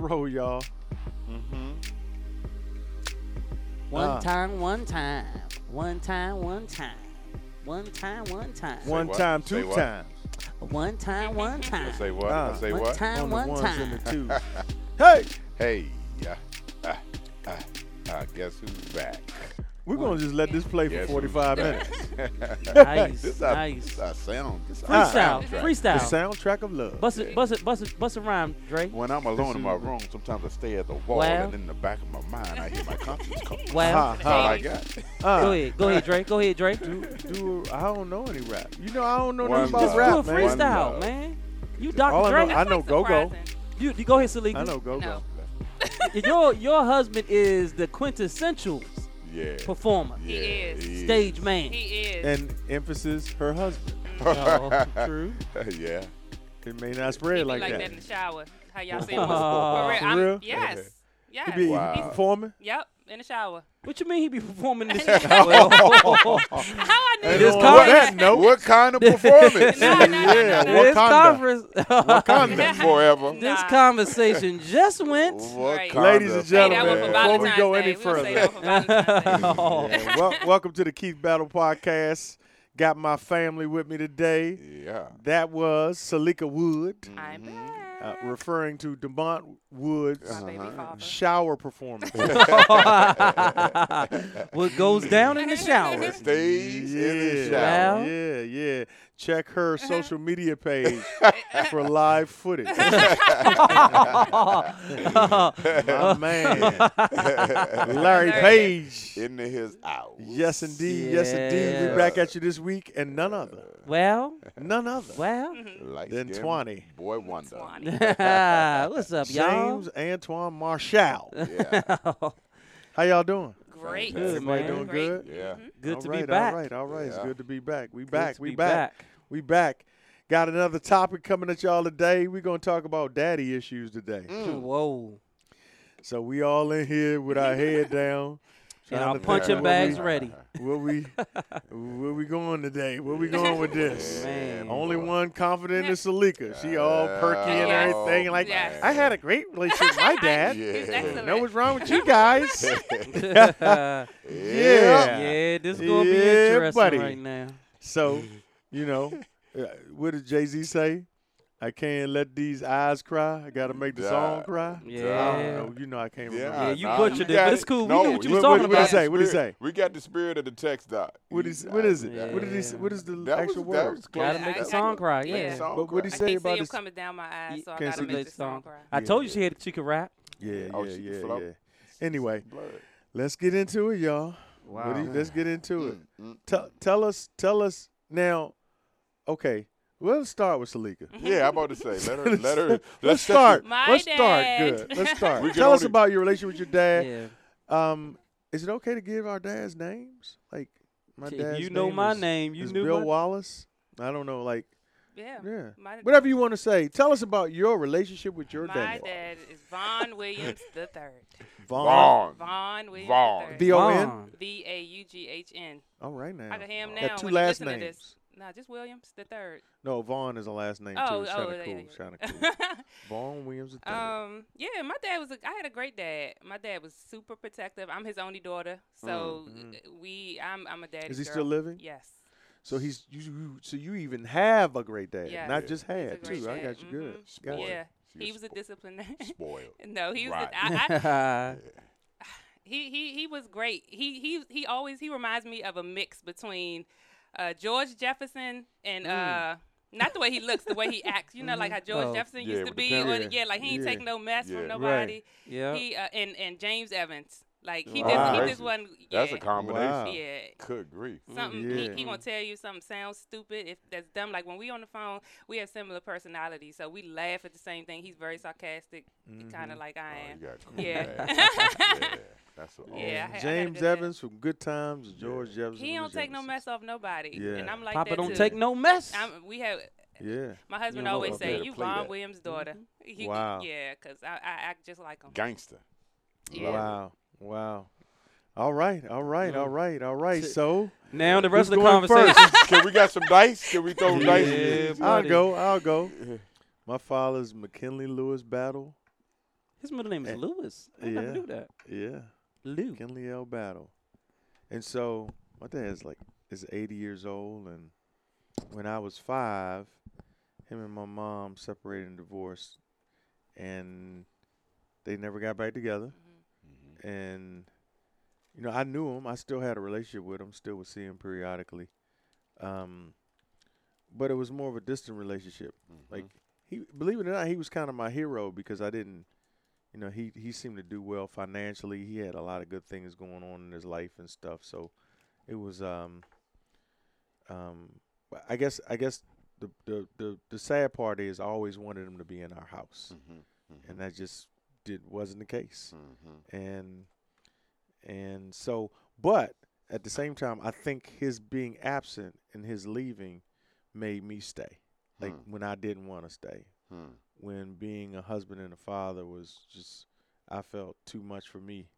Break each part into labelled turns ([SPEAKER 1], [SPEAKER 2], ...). [SPEAKER 1] row, y'all.
[SPEAKER 2] Mm-hmm.
[SPEAKER 3] One
[SPEAKER 1] Uh.
[SPEAKER 3] time, one time. One time, one time. One time, one time.
[SPEAKER 1] One
[SPEAKER 2] what?
[SPEAKER 1] time,
[SPEAKER 2] Say
[SPEAKER 1] two
[SPEAKER 2] what?
[SPEAKER 1] times.
[SPEAKER 3] One time, one
[SPEAKER 2] I
[SPEAKER 3] time.
[SPEAKER 2] say what?
[SPEAKER 1] Ah.
[SPEAKER 2] I say
[SPEAKER 3] One
[SPEAKER 2] what?
[SPEAKER 3] Uh, time,
[SPEAKER 1] on the
[SPEAKER 3] one
[SPEAKER 1] ones
[SPEAKER 3] time.
[SPEAKER 1] and the twos. hey,
[SPEAKER 2] Hey, yeah. Uh, uh, uh, guess who's back?
[SPEAKER 1] we're gonna just let this play
[SPEAKER 2] Guess
[SPEAKER 1] for
[SPEAKER 2] who's
[SPEAKER 1] 45
[SPEAKER 2] back?
[SPEAKER 1] minutes.
[SPEAKER 3] Nice,
[SPEAKER 2] This our,
[SPEAKER 3] nice.
[SPEAKER 2] this our sound. This our
[SPEAKER 3] Freestyle,
[SPEAKER 2] soundtrack.
[SPEAKER 1] The
[SPEAKER 3] freestyle.
[SPEAKER 1] soundtrack of love.
[SPEAKER 3] Bust it, bust it, bust it, bust a rhyme, Dre.
[SPEAKER 2] When I'm alone in my
[SPEAKER 1] is-
[SPEAKER 2] room, sometimes I stare at the wall,
[SPEAKER 3] Well.
[SPEAKER 2] and in the back of my mind, I hear my conscience come.
[SPEAKER 3] Well,
[SPEAKER 1] Ha,
[SPEAKER 2] That's all
[SPEAKER 1] ha.
[SPEAKER 2] I got.
[SPEAKER 1] Uh,
[SPEAKER 3] go ahead, go ahead, Dre. Go ahead, Dre.
[SPEAKER 1] Do, do a, I don't know any rap. You know I don't know
[SPEAKER 2] One
[SPEAKER 1] nothing about
[SPEAKER 3] Just
[SPEAKER 2] love.
[SPEAKER 3] do
[SPEAKER 1] rap,
[SPEAKER 3] a
[SPEAKER 1] man.
[SPEAKER 2] One
[SPEAKER 3] freestyle,
[SPEAKER 2] love.
[SPEAKER 3] man. You
[SPEAKER 1] All
[SPEAKER 3] Dr.
[SPEAKER 1] I know-
[SPEAKER 3] Dre.
[SPEAKER 1] I know go-go.
[SPEAKER 3] You, you go ahead, Salik.
[SPEAKER 1] I know go go.
[SPEAKER 4] No.
[SPEAKER 3] Your your husband is the quintessential
[SPEAKER 2] Yeah.
[SPEAKER 3] performer,
[SPEAKER 2] yeah.
[SPEAKER 4] is.
[SPEAKER 2] he
[SPEAKER 3] stage man.
[SPEAKER 4] He is.
[SPEAKER 1] And emphasis her husband.
[SPEAKER 3] Oh,
[SPEAKER 1] True.
[SPEAKER 2] yeah.
[SPEAKER 1] It may not
[SPEAKER 4] He
[SPEAKER 1] spread
[SPEAKER 4] be
[SPEAKER 1] like,
[SPEAKER 4] like that.
[SPEAKER 1] that.
[SPEAKER 4] in the shower. How y'all say it
[SPEAKER 3] Oh.
[SPEAKER 4] was for real.
[SPEAKER 1] For
[SPEAKER 4] I'm-
[SPEAKER 1] real?
[SPEAKER 4] Yes. Yes.
[SPEAKER 1] He be
[SPEAKER 2] Wow.
[SPEAKER 1] performing.
[SPEAKER 4] Yep. In the shower.
[SPEAKER 3] what you mean he be performing this?
[SPEAKER 1] Oh,
[SPEAKER 3] well,
[SPEAKER 4] How I knew
[SPEAKER 3] This
[SPEAKER 4] you
[SPEAKER 3] Well,
[SPEAKER 2] What,
[SPEAKER 3] conference-
[SPEAKER 4] was-
[SPEAKER 3] that
[SPEAKER 2] what kind of performance?
[SPEAKER 4] No, no, no,
[SPEAKER 1] Yeah,
[SPEAKER 4] no, no.
[SPEAKER 3] this
[SPEAKER 1] Wakanda.
[SPEAKER 3] conference,
[SPEAKER 1] Wakanda.
[SPEAKER 2] Forever.
[SPEAKER 3] this
[SPEAKER 4] Nah.
[SPEAKER 3] conversation just went.
[SPEAKER 2] Wakanda
[SPEAKER 1] Ladies and
[SPEAKER 4] Hey,
[SPEAKER 1] gentlemen,
[SPEAKER 2] forever.
[SPEAKER 4] that was for
[SPEAKER 1] before we
[SPEAKER 4] Valentine's
[SPEAKER 1] go
[SPEAKER 4] Day.
[SPEAKER 1] any
[SPEAKER 4] We gonna say that was for Valentine's Day.
[SPEAKER 3] Oh.
[SPEAKER 1] Yeah, wel- welcome to the Keith Battle Podcast. Got my family with me today.
[SPEAKER 2] Yeah.
[SPEAKER 1] That was Salika Wood,
[SPEAKER 4] I'm
[SPEAKER 1] uh, uh-huh.
[SPEAKER 4] back.
[SPEAKER 1] referring to Demont Wood's
[SPEAKER 4] My baby father.
[SPEAKER 1] shower performance.
[SPEAKER 3] Oh. what goes down in the shower?
[SPEAKER 2] Stage in the
[SPEAKER 1] Yeah,
[SPEAKER 2] shower.
[SPEAKER 3] Wow.
[SPEAKER 1] Yeah, yeah. Check her
[SPEAKER 3] Uh-huh.
[SPEAKER 1] social media page for live footage. My man, Larry
[SPEAKER 4] Larry.
[SPEAKER 1] Page.
[SPEAKER 2] Into his house.
[SPEAKER 1] Yes, indeed. Yes, indeed.
[SPEAKER 3] Yeah.
[SPEAKER 1] We back at you this week, and none other,
[SPEAKER 3] well,
[SPEAKER 1] none other
[SPEAKER 3] well.
[SPEAKER 2] Like
[SPEAKER 1] than Twanny.
[SPEAKER 2] Boy Wonder.
[SPEAKER 4] Swanee.
[SPEAKER 3] What's up, y'all?
[SPEAKER 1] James Antoine Marshall.
[SPEAKER 2] Yeah.
[SPEAKER 1] How y'all doing?
[SPEAKER 4] Great.
[SPEAKER 2] Good,
[SPEAKER 1] Everybody
[SPEAKER 3] man.
[SPEAKER 1] doing
[SPEAKER 4] Great.
[SPEAKER 1] good?
[SPEAKER 2] Yeah.
[SPEAKER 3] Good
[SPEAKER 1] All
[SPEAKER 3] to
[SPEAKER 1] right,
[SPEAKER 3] be back.
[SPEAKER 1] All right, all right. It's
[SPEAKER 2] Yeah.
[SPEAKER 1] good to be back. We
[SPEAKER 3] Good
[SPEAKER 1] back.
[SPEAKER 3] to
[SPEAKER 1] we
[SPEAKER 3] be
[SPEAKER 1] back. We back. Got another topic coming at y'all today. We're gonna talk about daddy issues today.
[SPEAKER 3] Mm. Whoa.
[SPEAKER 1] So we all in here with our head down.
[SPEAKER 3] And
[SPEAKER 1] trying
[SPEAKER 3] our
[SPEAKER 1] to think
[SPEAKER 3] punching
[SPEAKER 1] what
[SPEAKER 3] bags
[SPEAKER 1] we-
[SPEAKER 3] ready.
[SPEAKER 1] Where we where we going today? Where we going with this?
[SPEAKER 3] Man.
[SPEAKER 1] Only
[SPEAKER 2] boy.
[SPEAKER 1] one confident is Salika. She all perky and
[SPEAKER 4] Yes.
[SPEAKER 1] everything. Like
[SPEAKER 4] Yes.
[SPEAKER 1] I had a great relationship with my dad.
[SPEAKER 2] Yeah.
[SPEAKER 4] He's
[SPEAKER 1] You
[SPEAKER 4] excellent.
[SPEAKER 1] know what's wrong with you guys?
[SPEAKER 3] yeah.
[SPEAKER 1] Yeah.
[SPEAKER 3] this is going to be
[SPEAKER 1] Yeah,
[SPEAKER 3] interesting
[SPEAKER 1] buddy.
[SPEAKER 3] right now.
[SPEAKER 1] So, you know, uh, what did Jay Z say? I can't let these eyes cry. I gotta make the song
[SPEAKER 2] Duh.
[SPEAKER 1] cry. I
[SPEAKER 3] Yeah.
[SPEAKER 1] don't know. You know, I can't remember.
[SPEAKER 3] Yeah, you
[SPEAKER 2] nah,
[SPEAKER 3] butchered
[SPEAKER 2] we
[SPEAKER 3] it, but
[SPEAKER 2] got
[SPEAKER 3] it's cool. We
[SPEAKER 2] No,
[SPEAKER 3] knew what you was
[SPEAKER 2] got-
[SPEAKER 3] talking
[SPEAKER 2] we got
[SPEAKER 3] about.
[SPEAKER 2] the
[SPEAKER 1] What did he say? What did he
[SPEAKER 2] spirit-
[SPEAKER 1] say?
[SPEAKER 2] We got the spirit of the text doc.
[SPEAKER 1] What
[SPEAKER 2] You-
[SPEAKER 1] is what is it?
[SPEAKER 3] Yeah.
[SPEAKER 1] What did he? s- What is the
[SPEAKER 2] That was-
[SPEAKER 1] actual
[SPEAKER 2] that
[SPEAKER 1] word?
[SPEAKER 2] was close.
[SPEAKER 3] Gotta make
[SPEAKER 4] I-
[SPEAKER 3] the song cry. Yeah.
[SPEAKER 4] yeah.
[SPEAKER 2] song
[SPEAKER 1] But what
[SPEAKER 2] cry.
[SPEAKER 1] he
[SPEAKER 4] I
[SPEAKER 1] said
[SPEAKER 4] can't see
[SPEAKER 1] about
[SPEAKER 4] him
[SPEAKER 1] his
[SPEAKER 4] coming down my eyes,
[SPEAKER 3] You
[SPEAKER 4] so I
[SPEAKER 1] can't
[SPEAKER 4] gotta
[SPEAKER 1] see
[SPEAKER 4] make
[SPEAKER 3] the
[SPEAKER 4] this song
[SPEAKER 3] song.
[SPEAKER 4] cry.
[SPEAKER 3] I
[SPEAKER 1] Yeah,
[SPEAKER 3] told you
[SPEAKER 1] yeah.
[SPEAKER 3] she had she could rap.
[SPEAKER 1] yeah,
[SPEAKER 2] Oh,
[SPEAKER 1] yeah,
[SPEAKER 2] she
[SPEAKER 1] yeah,
[SPEAKER 2] flow.
[SPEAKER 1] yeah. Anyway,
[SPEAKER 2] Blurred.
[SPEAKER 1] let's get into it, y'all. What do you- let's get into it.
[SPEAKER 2] Mm,
[SPEAKER 1] Tell tell us, tell us now. Okay, we'll start with Salika.
[SPEAKER 2] mm. Yeah, I'm about to say. Let her. Let her.
[SPEAKER 1] Let's
[SPEAKER 2] set
[SPEAKER 1] start.
[SPEAKER 4] My
[SPEAKER 1] Let's
[SPEAKER 4] dad.
[SPEAKER 1] start. Good. Let's start.
[SPEAKER 2] We can
[SPEAKER 1] Tell us
[SPEAKER 2] only-
[SPEAKER 1] about your relationship with your dad.
[SPEAKER 3] Yeah.
[SPEAKER 1] Um, is it okay to give our dads names? Like my
[SPEAKER 3] Shit,
[SPEAKER 1] dad's
[SPEAKER 3] you know
[SPEAKER 1] name
[SPEAKER 3] my
[SPEAKER 1] is-
[SPEAKER 3] name. You
[SPEAKER 1] is
[SPEAKER 3] knew
[SPEAKER 1] Bill
[SPEAKER 3] my-
[SPEAKER 1] Wallace. I don't know, like
[SPEAKER 4] Yeah.
[SPEAKER 1] yeah,
[SPEAKER 4] My,
[SPEAKER 1] whatever you want to say. Tell us about your relationship with your
[SPEAKER 4] my
[SPEAKER 1] dad,
[SPEAKER 4] dad. is Vaughn Williams the third.
[SPEAKER 1] Vaughn.
[SPEAKER 2] Vaughn.
[SPEAKER 4] Vaughn Williams
[SPEAKER 2] Vaughn.
[SPEAKER 4] the
[SPEAKER 1] V O N.
[SPEAKER 3] Vaughn.
[SPEAKER 4] third. V A U G H N.
[SPEAKER 1] All right now.
[SPEAKER 4] I can hear him now.
[SPEAKER 1] Got two
[SPEAKER 4] when he
[SPEAKER 1] last
[SPEAKER 4] listen to
[SPEAKER 1] names.
[SPEAKER 4] this. Nah, just Williams the third.
[SPEAKER 1] No, Vaughn is a last name
[SPEAKER 4] Oh,
[SPEAKER 1] too. It's
[SPEAKER 4] oh,
[SPEAKER 1] kind of
[SPEAKER 4] yeah,
[SPEAKER 1] cool.
[SPEAKER 4] yeah, yeah.
[SPEAKER 1] Kind of cool. Vaughn Williams. the third.
[SPEAKER 4] Um, yeah, my dad was. A, I had a great dad. My dad was super protective. I'm his only daughter, so uh, we. I'm. I'm a daddy.
[SPEAKER 1] Mm, Is he
[SPEAKER 4] girl.
[SPEAKER 1] still living?
[SPEAKER 4] Yes.
[SPEAKER 1] So he's you, you. So you even have a great dad,
[SPEAKER 4] Yeah.
[SPEAKER 1] not
[SPEAKER 2] Yeah.
[SPEAKER 1] just
[SPEAKER 4] a
[SPEAKER 1] had
[SPEAKER 4] great
[SPEAKER 1] too. I
[SPEAKER 4] dad.
[SPEAKER 1] got you good.
[SPEAKER 4] Mhm.
[SPEAKER 1] Got you.
[SPEAKER 4] Yeah,
[SPEAKER 2] She
[SPEAKER 4] he was a
[SPEAKER 2] spo-
[SPEAKER 4] disciplinary.
[SPEAKER 2] Spoiled.
[SPEAKER 4] no, he was.
[SPEAKER 2] Right.
[SPEAKER 4] A, I, I, he he he was great. He he he always he reminds me of a mix between uh, George Jefferson and
[SPEAKER 2] Mm.
[SPEAKER 4] uh, not the way he looks, the way he acts. You know, like how George
[SPEAKER 3] Oh.
[SPEAKER 4] Jefferson
[SPEAKER 2] Mm-hmm. Yeah,
[SPEAKER 4] used to
[SPEAKER 2] with the
[SPEAKER 4] be.
[SPEAKER 2] pen.
[SPEAKER 4] On,
[SPEAKER 1] Yeah.
[SPEAKER 4] yeah, like he ain't
[SPEAKER 1] Yeah.
[SPEAKER 4] take no mess
[SPEAKER 2] Yeah.
[SPEAKER 4] from
[SPEAKER 2] Right.
[SPEAKER 4] nobody.
[SPEAKER 3] Yeah.
[SPEAKER 4] He uh, and and James Evans, like he
[SPEAKER 1] Wow.
[SPEAKER 4] just he
[SPEAKER 2] Crazy.
[SPEAKER 4] just wasn't. Yeah,
[SPEAKER 2] That's a Mm, combination.
[SPEAKER 1] Wow.
[SPEAKER 4] Yeah.
[SPEAKER 2] Could grief.
[SPEAKER 4] Something
[SPEAKER 1] Yeah.
[SPEAKER 4] he, he gonna tell you something sounds stupid if that's dumb. Like when we on the phone, we have similar personalities, so we laugh at the same thing. He's very sarcastic, kind
[SPEAKER 1] Mm-hmm.
[SPEAKER 4] of like
[SPEAKER 2] Oh,
[SPEAKER 4] I am.
[SPEAKER 2] you got cool
[SPEAKER 4] Yeah.
[SPEAKER 2] dad. yeah. That's what.
[SPEAKER 4] Yeah, I had- I had a
[SPEAKER 1] James
[SPEAKER 4] good dad.
[SPEAKER 1] Evans from Good Times, George Jefferson.
[SPEAKER 4] He
[SPEAKER 1] from
[SPEAKER 4] don't take no
[SPEAKER 1] Jefferson.
[SPEAKER 4] mess off nobody. And
[SPEAKER 1] Yeah.
[SPEAKER 4] I'm like
[SPEAKER 3] Papa
[SPEAKER 4] that
[SPEAKER 3] don't
[SPEAKER 4] too.
[SPEAKER 3] take no mess.
[SPEAKER 4] I'm, we have
[SPEAKER 1] Yeah.
[SPEAKER 4] my husband
[SPEAKER 3] know,
[SPEAKER 4] always
[SPEAKER 3] I
[SPEAKER 4] say
[SPEAKER 2] better
[SPEAKER 4] you
[SPEAKER 2] play
[SPEAKER 4] Von
[SPEAKER 2] that."
[SPEAKER 4] Williams' daughter. He-
[SPEAKER 1] Mm-hmm. Wow.
[SPEAKER 4] yeah, because I, I act just like him.
[SPEAKER 2] Gangster.
[SPEAKER 4] Yeah.
[SPEAKER 1] Wow. Wow. All right. All right. All right. All right.
[SPEAKER 3] Sit-
[SPEAKER 1] So
[SPEAKER 3] now the
[SPEAKER 1] Who's
[SPEAKER 3] rest of the
[SPEAKER 1] going
[SPEAKER 3] conversation.
[SPEAKER 2] Can we got some dice? Can we throw some dice?
[SPEAKER 3] Yeah.
[SPEAKER 1] I'll
[SPEAKER 3] buddy.
[SPEAKER 1] go. I'll go. My father's McKinley Lewis Battle
[SPEAKER 3] His middle name is
[SPEAKER 1] Eh,
[SPEAKER 3] Lewis. I
[SPEAKER 1] yeah.
[SPEAKER 3] never knew that.
[SPEAKER 1] Yeah.
[SPEAKER 3] Lou.
[SPEAKER 1] Kenley L. Battle. And so my dad is like is 80 years old, and when I was five, him and my mom separated and divorced, and they never got back together.
[SPEAKER 3] Mm-hmm.
[SPEAKER 1] And you know, I knew him. I still had a relationship with him. Still would see him periodically, um, but it was more of a distant relationship. Like he, believe it or not, he was kind of my hero because I didn't you know, he he seemed to do well financially. He had a lot of good things going on in his life and stuff. So it was um um but I guess I guess the the the, the sad part is I always wanted him to be in our house.
[SPEAKER 2] Mm-hmm.
[SPEAKER 1] And that just did wasn't the case. And and so but at the same time I think his being absent and his leaving made me stay. Like when I didn't want to stay
[SPEAKER 2] Mm-hmm.
[SPEAKER 1] when being a husband and a father was just I felt too much for me.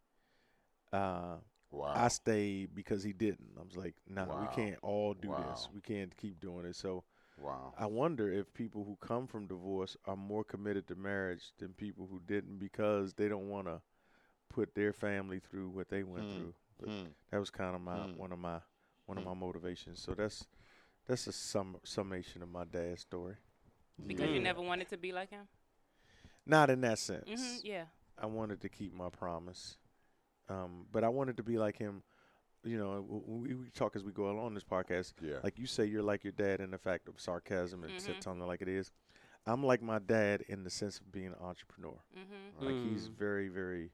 [SPEAKER 1] Uh,
[SPEAKER 2] Wow.
[SPEAKER 1] I stayed because he didn't. I was like, nah,
[SPEAKER 2] Wow.
[SPEAKER 1] we can't all do this.
[SPEAKER 2] Wow.
[SPEAKER 1] We can't keep doing it. So
[SPEAKER 2] wow.
[SPEAKER 1] I wonder if people who come from divorce are more committed to marriage than people who didn't because they don't want to put their family through what they went
[SPEAKER 2] Hmm.
[SPEAKER 1] through. But
[SPEAKER 2] Hmm.
[SPEAKER 1] that was kind of my
[SPEAKER 2] Hmm.
[SPEAKER 1] one of my one of
[SPEAKER 2] Hmm.
[SPEAKER 1] my motivations. So that's that's a sum summation of my dad's story.
[SPEAKER 4] Because you
[SPEAKER 1] Yeah.
[SPEAKER 4] never wanted to be like him.
[SPEAKER 1] Not in that sense.
[SPEAKER 4] hmm yeah.
[SPEAKER 1] I wanted to keep my promise, um, but I wanted to be like him. You know, w- w- we, we talk as we go along this podcast.
[SPEAKER 2] Yeah.
[SPEAKER 1] Like you say, you're like your dad in the fact of sarcasm and said
[SPEAKER 4] Mhm.
[SPEAKER 1] something like it is. I'm like my dad in the sense of being an entrepreneur.
[SPEAKER 4] Mm-hmm.
[SPEAKER 1] Like he's
[SPEAKER 3] Mm.
[SPEAKER 1] very, very,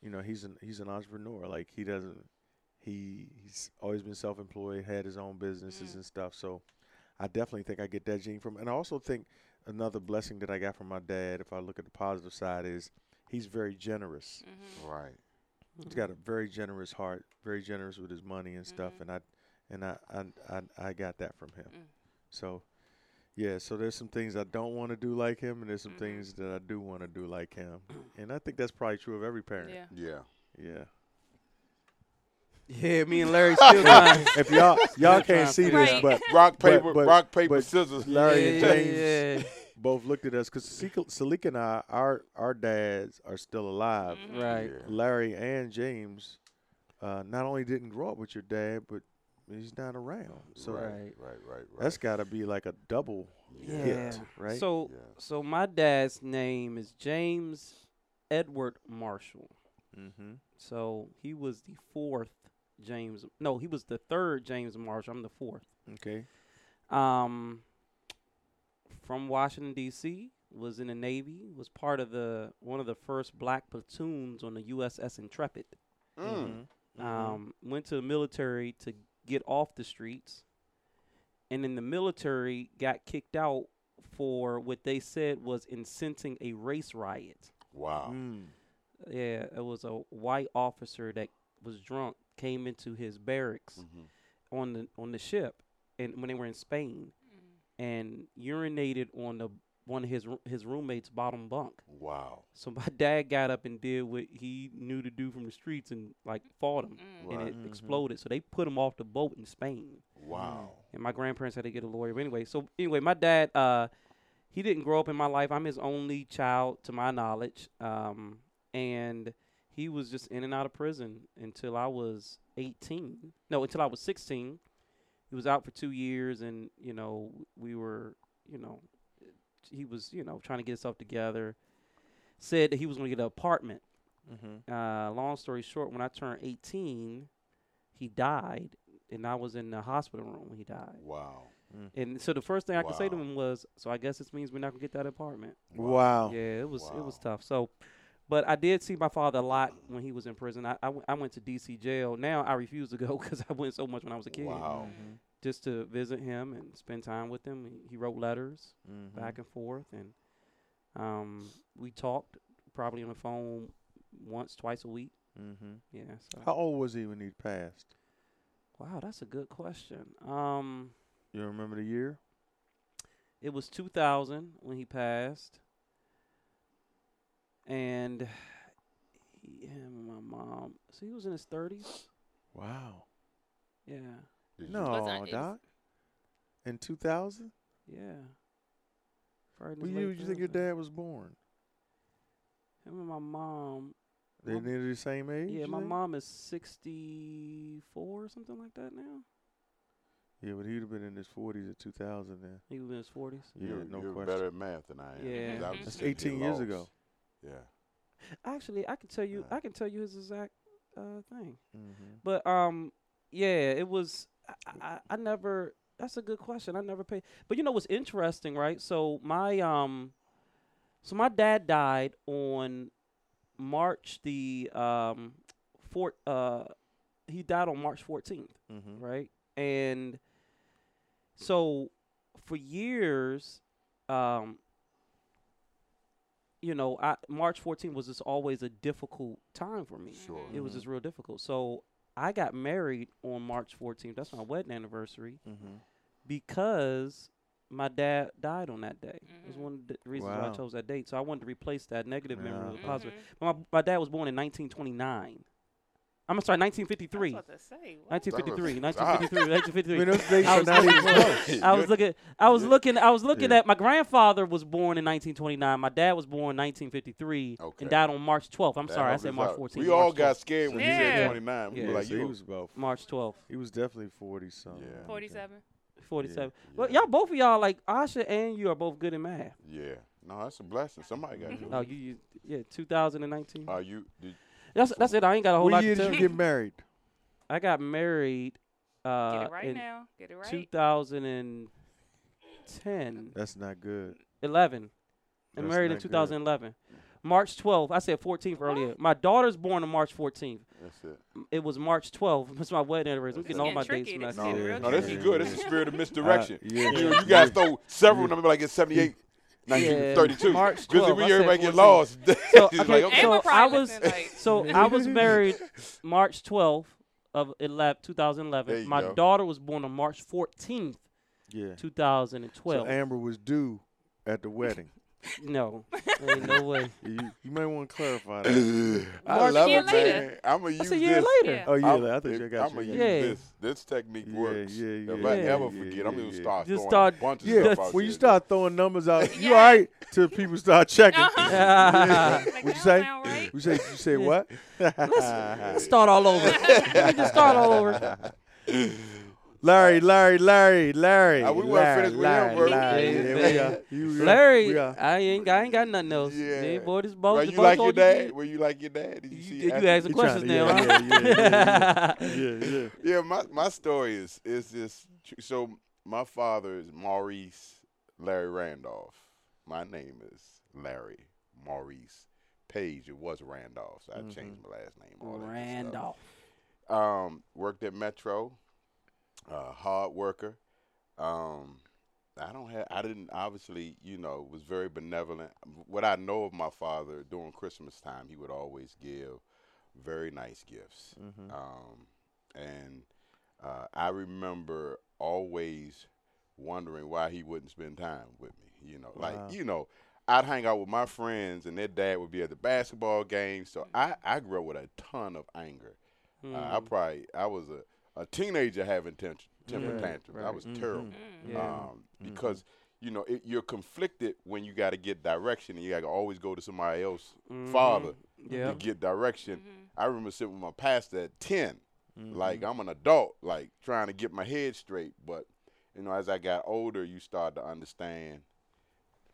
[SPEAKER 1] you know, he's an he's an entrepreneur. Like he doesn't, he he's always been self-employed, had his own businesses
[SPEAKER 4] Mm.
[SPEAKER 1] and stuff. So, I definitely think I get that gene from. And I also think another blessing that I got from my dad, if I look at the positive side, is he's very generous.
[SPEAKER 4] Mm-hmm.
[SPEAKER 2] right.
[SPEAKER 1] He's got a very generous heart, very generous with his money and stuff.
[SPEAKER 4] Mhm.
[SPEAKER 1] And I and I I I, I got that from him.
[SPEAKER 4] Mm.
[SPEAKER 1] So. Yeah, so there's some things I don't want to do like him, and there's some
[SPEAKER 4] Mhm.
[SPEAKER 1] things that I do want to do like him, and I think that's probably true of every parent.
[SPEAKER 4] Yeah.
[SPEAKER 2] Yeah.
[SPEAKER 1] Yeah.
[SPEAKER 3] Yeah, me and Larry still trying.
[SPEAKER 1] If y'all y'all can't see this,
[SPEAKER 4] Right.
[SPEAKER 1] but
[SPEAKER 2] Rock
[SPEAKER 1] But-
[SPEAKER 2] paper,
[SPEAKER 1] but-
[SPEAKER 2] rock paper,
[SPEAKER 1] but
[SPEAKER 2] scissors.
[SPEAKER 1] Larry and
[SPEAKER 3] Yeah, yeah,
[SPEAKER 1] James
[SPEAKER 3] yeah.
[SPEAKER 1] both looked at us because Salika and I, our our dads are still alive.
[SPEAKER 4] Mhm.
[SPEAKER 3] Right.
[SPEAKER 2] Yeah.
[SPEAKER 1] Larry and James, uh, not only didn't grow up with your dad, but he's not around. So
[SPEAKER 2] right, right,
[SPEAKER 3] Right.
[SPEAKER 2] right, right.
[SPEAKER 1] that's got to be like a double hit,
[SPEAKER 3] Yeah.
[SPEAKER 1] right?
[SPEAKER 3] So,
[SPEAKER 2] Yeah.
[SPEAKER 3] so my dad's name is James Edward Marshall.
[SPEAKER 1] mm-hmm.
[SPEAKER 3] So he was the fourth James. No, he was the third James Marshall. I'm the fourth.
[SPEAKER 1] okay,
[SPEAKER 3] Um, from Washington D.C. was in the Navy. Was part of the one of the first black platoons on the USS Intrepid.
[SPEAKER 2] Mm.
[SPEAKER 1] Mhm.
[SPEAKER 3] Um, went to the military to get off the streets, and in the military got kicked out for what they said was inciting a race riot.
[SPEAKER 2] Wow.
[SPEAKER 1] Mm.
[SPEAKER 3] mm-hmm. Yeah, it was a white officer that was drunk came into his barracks
[SPEAKER 2] Mhm.
[SPEAKER 3] on the on the ship, and when they were in Spain,
[SPEAKER 1] Mm-hmm.
[SPEAKER 3] and urinated on the one of his roo- his roommate's bottom bunk.
[SPEAKER 2] Wow.
[SPEAKER 3] So my dad got up and did what he knew to do from the streets and like fought him,
[SPEAKER 4] Mm.
[SPEAKER 2] Right.
[SPEAKER 3] and it
[SPEAKER 1] Mhm.
[SPEAKER 3] exploded. So they put him off the boat in Spain.
[SPEAKER 1] Mm.
[SPEAKER 2] Wow.
[SPEAKER 3] And my grandparents had to get a lawyer. But anyway, so anyway, my dad, uh, he didn't grow up in my life. I'm his only child, to my knowledge. Um, and he was just in and out of prison until I was 18. No, until I was 16. He was out for two years, and you know we were, you know, he was, you know, trying to get himself together. Said that he was going to get an apartment
[SPEAKER 1] Mhm.
[SPEAKER 3] uh, long story short, when I turned 18, he died, and I was in the hospital room when he died.
[SPEAKER 2] Wow.
[SPEAKER 3] And so the first thing I could say to
[SPEAKER 2] Wow.
[SPEAKER 3] him was, "So I guess this means we're not gonna get that apartment."
[SPEAKER 1] Wow.
[SPEAKER 3] Yeah, it was it was
[SPEAKER 2] Oh, Wow.
[SPEAKER 3] tough. So, but I did see my father a lot when he was in prison. I I went- I went to DC jail. Now I refuse to go because I went so much when I was a kid,
[SPEAKER 2] Wow.
[SPEAKER 4] Mhm.
[SPEAKER 3] just to visit him and spend time with him. He- He wrote letters
[SPEAKER 2] Mm-hmm.
[SPEAKER 1] Mhm.
[SPEAKER 3] back and forth, and um, we talked probably on the phone once, twice a week.
[SPEAKER 1] Mhm.
[SPEAKER 3] Yeah. So.
[SPEAKER 1] How old was he when he passed?
[SPEAKER 3] Wow, that's a good question. Um,
[SPEAKER 1] You remember the year?
[SPEAKER 3] it was 2000 when he passed, and he, him and my mom. So he was in his 30s.
[SPEAKER 1] Wow.
[SPEAKER 3] Yeah,
[SPEAKER 2] Did you-
[SPEAKER 4] Wasn't
[SPEAKER 1] No,
[SPEAKER 4] it-
[SPEAKER 1] doc. In 2000?
[SPEAKER 3] yeah. Probably in
[SPEAKER 1] What
[SPEAKER 3] his
[SPEAKER 1] year
[SPEAKER 3] late
[SPEAKER 1] did you think your
[SPEAKER 3] 30s.
[SPEAKER 1] dad was born?
[SPEAKER 3] Him and my mom.
[SPEAKER 1] They're
[SPEAKER 3] Mom-
[SPEAKER 1] nearly the same age.
[SPEAKER 3] Yeah,
[SPEAKER 1] you
[SPEAKER 3] my
[SPEAKER 1] think?
[SPEAKER 3] mom is 64 or something like that now.
[SPEAKER 1] Yeah, but he'd have been in his forties at two thousand then.
[SPEAKER 3] He was in his 40s.
[SPEAKER 1] Yeah,
[SPEAKER 2] you're
[SPEAKER 1] no
[SPEAKER 2] you're
[SPEAKER 1] question.
[SPEAKER 2] better at math than I am. 'cause
[SPEAKER 3] Yeah.
[SPEAKER 2] I was
[SPEAKER 1] That's
[SPEAKER 4] Mhm.
[SPEAKER 2] sitting here
[SPEAKER 1] eighteen years
[SPEAKER 2] lost.
[SPEAKER 1] ago.
[SPEAKER 2] Yeah.
[SPEAKER 3] Actually, I can tell you.
[SPEAKER 2] Uh.
[SPEAKER 3] I can tell you his exact uh, thing.
[SPEAKER 1] Mm-hmm.
[SPEAKER 3] But um, yeah, it was. I, I, I never. That's a good question. I never paid. But you know what's interesting, right? So my um, so my dad died on March the um, four. Uh, he died on March fourteenth
[SPEAKER 1] Mm-hmm.
[SPEAKER 3] right? And so for years, um, you know, I, March 14th was just always a difficult time for me.
[SPEAKER 2] Sure.
[SPEAKER 3] It was just real difficult. So I got married on March 14th. That's my wedding anniversary
[SPEAKER 1] Mm-hmm.
[SPEAKER 3] because my dad died on that day. It was
[SPEAKER 4] Mhm.
[SPEAKER 3] one of the reasons why I
[SPEAKER 1] Wow.
[SPEAKER 3] chose that date. So I wanted to replace that negative memory
[SPEAKER 1] Yeah.
[SPEAKER 3] with a
[SPEAKER 4] Mm-hmm.
[SPEAKER 1] Mhm.
[SPEAKER 3] positive. But my, my dad was born in 1929. I'm sorry, 1953.
[SPEAKER 4] I was about to say. what?
[SPEAKER 3] 1953,
[SPEAKER 2] That was-
[SPEAKER 3] 1953, 1953.
[SPEAKER 1] I mean, those dates
[SPEAKER 3] I
[SPEAKER 1] are
[SPEAKER 3] was
[SPEAKER 1] not even
[SPEAKER 3] looking-
[SPEAKER 1] close.
[SPEAKER 3] I was looking. I was
[SPEAKER 2] Yeah.
[SPEAKER 3] looking. I was looking
[SPEAKER 1] Yeah.
[SPEAKER 3] at my grandfather was born in 1929. My dad was born in 1953
[SPEAKER 2] Okay.
[SPEAKER 3] and died on March 12th. I'm
[SPEAKER 2] That
[SPEAKER 3] sorry, I
[SPEAKER 2] helped
[SPEAKER 3] said
[SPEAKER 2] us
[SPEAKER 3] March
[SPEAKER 2] out.
[SPEAKER 3] 14th.
[SPEAKER 2] We
[SPEAKER 3] March
[SPEAKER 2] all got
[SPEAKER 3] 12th.
[SPEAKER 2] scared when you
[SPEAKER 4] Yeah.
[SPEAKER 2] said 29. We
[SPEAKER 3] Yeah.
[SPEAKER 2] were like,
[SPEAKER 1] so he
[SPEAKER 2] you
[SPEAKER 1] was about.
[SPEAKER 3] March 12th,
[SPEAKER 1] He was definitely forty something.
[SPEAKER 2] Yeah.
[SPEAKER 4] 47.
[SPEAKER 3] 47.
[SPEAKER 2] Yeah.
[SPEAKER 3] Well, y'all both of y'all like Asha and you are both good in math.
[SPEAKER 2] Yeah. No, that's a blessing. Somebody got to
[SPEAKER 3] Oh,
[SPEAKER 2] do
[SPEAKER 1] Mm-hmm.
[SPEAKER 3] you, you yeah, 2019.
[SPEAKER 2] it. Are you? Did,
[SPEAKER 3] that's that's it. I ain't got a whole
[SPEAKER 1] What
[SPEAKER 3] lot
[SPEAKER 1] year
[SPEAKER 3] to
[SPEAKER 1] did
[SPEAKER 3] tell
[SPEAKER 1] you
[SPEAKER 3] you.
[SPEAKER 1] get married?
[SPEAKER 3] I got married
[SPEAKER 4] Get
[SPEAKER 3] uh,
[SPEAKER 4] it right
[SPEAKER 3] in
[SPEAKER 4] now. Get it right.
[SPEAKER 3] 2010,
[SPEAKER 1] That's not good.
[SPEAKER 3] 11. and
[SPEAKER 1] That's
[SPEAKER 3] married in
[SPEAKER 1] not good.
[SPEAKER 2] Uh,
[SPEAKER 3] 2011. March 12th. I said 14th earlier. My daughter's born on March 14th.
[SPEAKER 2] that's it.
[SPEAKER 3] M- It was March 12th. It's my wedding anniversary. I'm
[SPEAKER 2] It's
[SPEAKER 3] getting all
[SPEAKER 2] getting
[SPEAKER 3] my
[SPEAKER 4] tricky.
[SPEAKER 3] dates messed
[SPEAKER 4] That's
[SPEAKER 2] No,
[SPEAKER 3] up.
[SPEAKER 4] getting
[SPEAKER 1] real
[SPEAKER 2] no, this is
[SPEAKER 1] tricky.
[SPEAKER 2] good. This is spirit of misdirection.
[SPEAKER 1] Uh, yeah.
[SPEAKER 2] You, know, you guys throw several numbers like it's 78. Now you
[SPEAKER 3] Yeah.
[SPEAKER 2] 32.
[SPEAKER 3] March
[SPEAKER 2] Good
[SPEAKER 3] 12,
[SPEAKER 2] we
[SPEAKER 3] I
[SPEAKER 2] everybody
[SPEAKER 3] said
[SPEAKER 2] get
[SPEAKER 3] 14.
[SPEAKER 2] lost.
[SPEAKER 3] So,
[SPEAKER 2] It's
[SPEAKER 3] okay,
[SPEAKER 2] like,
[SPEAKER 4] And
[SPEAKER 3] So
[SPEAKER 4] we're probably
[SPEAKER 3] I was-
[SPEAKER 4] listening, like,
[SPEAKER 3] So I was married March 12th of 11,
[SPEAKER 2] There
[SPEAKER 3] 2011.
[SPEAKER 2] you
[SPEAKER 3] My
[SPEAKER 2] go.
[SPEAKER 3] daughter was born on March 14th,
[SPEAKER 1] Yeah. So
[SPEAKER 3] 2012.
[SPEAKER 1] Amber was due at the wedding.
[SPEAKER 3] no, ain't no way.
[SPEAKER 1] you, you may want to clarify that.
[SPEAKER 2] I
[SPEAKER 4] March
[SPEAKER 2] love
[SPEAKER 4] year
[SPEAKER 2] it,
[SPEAKER 4] later.
[SPEAKER 2] man. I'm going to
[SPEAKER 3] That's
[SPEAKER 2] use
[SPEAKER 3] a year
[SPEAKER 2] this.
[SPEAKER 3] later.
[SPEAKER 4] Yeah.
[SPEAKER 1] Oh yeah,
[SPEAKER 2] I'm,
[SPEAKER 1] I think I got
[SPEAKER 2] am going
[SPEAKER 1] you.
[SPEAKER 2] to use
[SPEAKER 3] Yeah.
[SPEAKER 2] this. This technique
[SPEAKER 1] Yeah,
[SPEAKER 2] works.
[SPEAKER 1] yeah,
[SPEAKER 2] if
[SPEAKER 1] yeah,
[SPEAKER 2] I
[SPEAKER 3] yeah,
[SPEAKER 2] ever
[SPEAKER 1] yeah,
[SPEAKER 2] forget,
[SPEAKER 1] yeah,
[SPEAKER 2] I'm going
[SPEAKER 1] yeah.
[SPEAKER 2] to start
[SPEAKER 3] Just
[SPEAKER 2] throwing
[SPEAKER 3] start-
[SPEAKER 2] a bunch of
[SPEAKER 1] Yeah,
[SPEAKER 2] stuff out
[SPEAKER 1] when you
[SPEAKER 2] there.
[SPEAKER 1] start throwing numbers out, you
[SPEAKER 4] Yeah.
[SPEAKER 1] all right till people start checking.
[SPEAKER 4] Uh-huh. Like,
[SPEAKER 1] What'd you
[SPEAKER 4] that
[SPEAKER 1] say?
[SPEAKER 4] sound right.
[SPEAKER 1] You say you say what?
[SPEAKER 3] Let's start all over. Let me just start all over.
[SPEAKER 1] Larry, Larry, Larry, Larry.
[SPEAKER 2] Uh, we weren't
[SPEAKER 1] Larry,
[SPEAKER 2] finished with
[SPEAKER 1] Larry,
[SPEAKER 2] him, bro.
[SPEAKER 1] Larry.
[SPEAKER 3] Yeah,
[SPEAKER 1] Yeah, we
[SPEAKER 3] yeah.
[SPEAKER 1] are. You- yeah,
[SPEAKER 3] Larry,
[SPEAKER 1] we are.
[SPEAKER 3] I ain't, I ain't got nothing else.
[SPEAKER 2] Yeah.
[SPEAKER 3] Yeah, boy, this boat.
[SPEAKER 2] Were
[SPEAKER 3] the
[SPEAKER 2] you
[SPEAKER 3] boat
[SPEAKER 2] like your
[SPEAKER 3] told
[SPEAKER 2] dad? Were you like your dad? Did you
[SPEAKER 3] You,
[SPEAKER 2] see
[SPEAKER 3] you,
[SPEAKER 2] it
[SPEAKER 3] you
[SPEAKER 2] after-
[SPEAKER 3] asking
[SPEAKER 1] You tryna-
[SPEAKER 3] questions
[SPEAKER 1] yeah,
[SPEAKER 3] now. huh?
[SPEAKER 1] yeah, yeah, Yeah, yeah.
[SPEAKER 2] Yeah, my, my story is is this. tr- So my father is Maurice Larry Randolph. My name is Larry Maurice Page. It was Randolph, so I
[SPEAKER 1] Mhm.
[SPEAKER 2] changed my last name. All that good stuff.
[SPEAKER 3] Randolph.
[SPEAKER 2] Um, worked at Metro. Uh, hard worker. Um, I don't have. I didn't obviously. You know, was very benevolent. What I know of my father during Christmas time, he would always give very nice gifts.
[SPEAKER 1] Mhm.
[SPEAKER 2] Um, and uh, I remember always wondering why he wouldn't spend time with me. You know,
[SPEAKER 1] Wow.
[SPEAKER 2] like you know, I'd hang out with my friends, and their dad would be at the basketball game. So I I grew up with a ton of anger. Uh, I
[SPEAKER 3] Mm.
[SPEAKER 2] probably I was a, a teenager having tension, temper
[SPEAKER 3] Right,
[SPEAKER 2] tantrums. I
[SPEAKER 3] right. Mm-hmm.
[SPEAKER 2] was
[SPEAKER 1] Mhm.
[SPEAKER 2] terrible
[SPEAKER 4] Mm.
[SPEAKER 3] Yeah. Mm-hmm.
[SPEAKER 2] um, because. You know, it, you're conflicted when you got to get direction, and you got to always go to somebody else's
[SPEAKER 3] Mhm.
[SPEAKER 2] father
[SPEAKER 3] Yeah.
[SPEAKER 2] to get direction.
[SPEAKER 4] Mhm.
[SPEAKER 2] I remember sitting with my pastor at 10
[SPEAKER 1] Mhm.
[SPEAKER 2] like
[SPEAKER 3] Mm-hmm.
[SPEAKER 2] I'm an adult, like trying to get my head straight. But you know, as I got older, you start to understand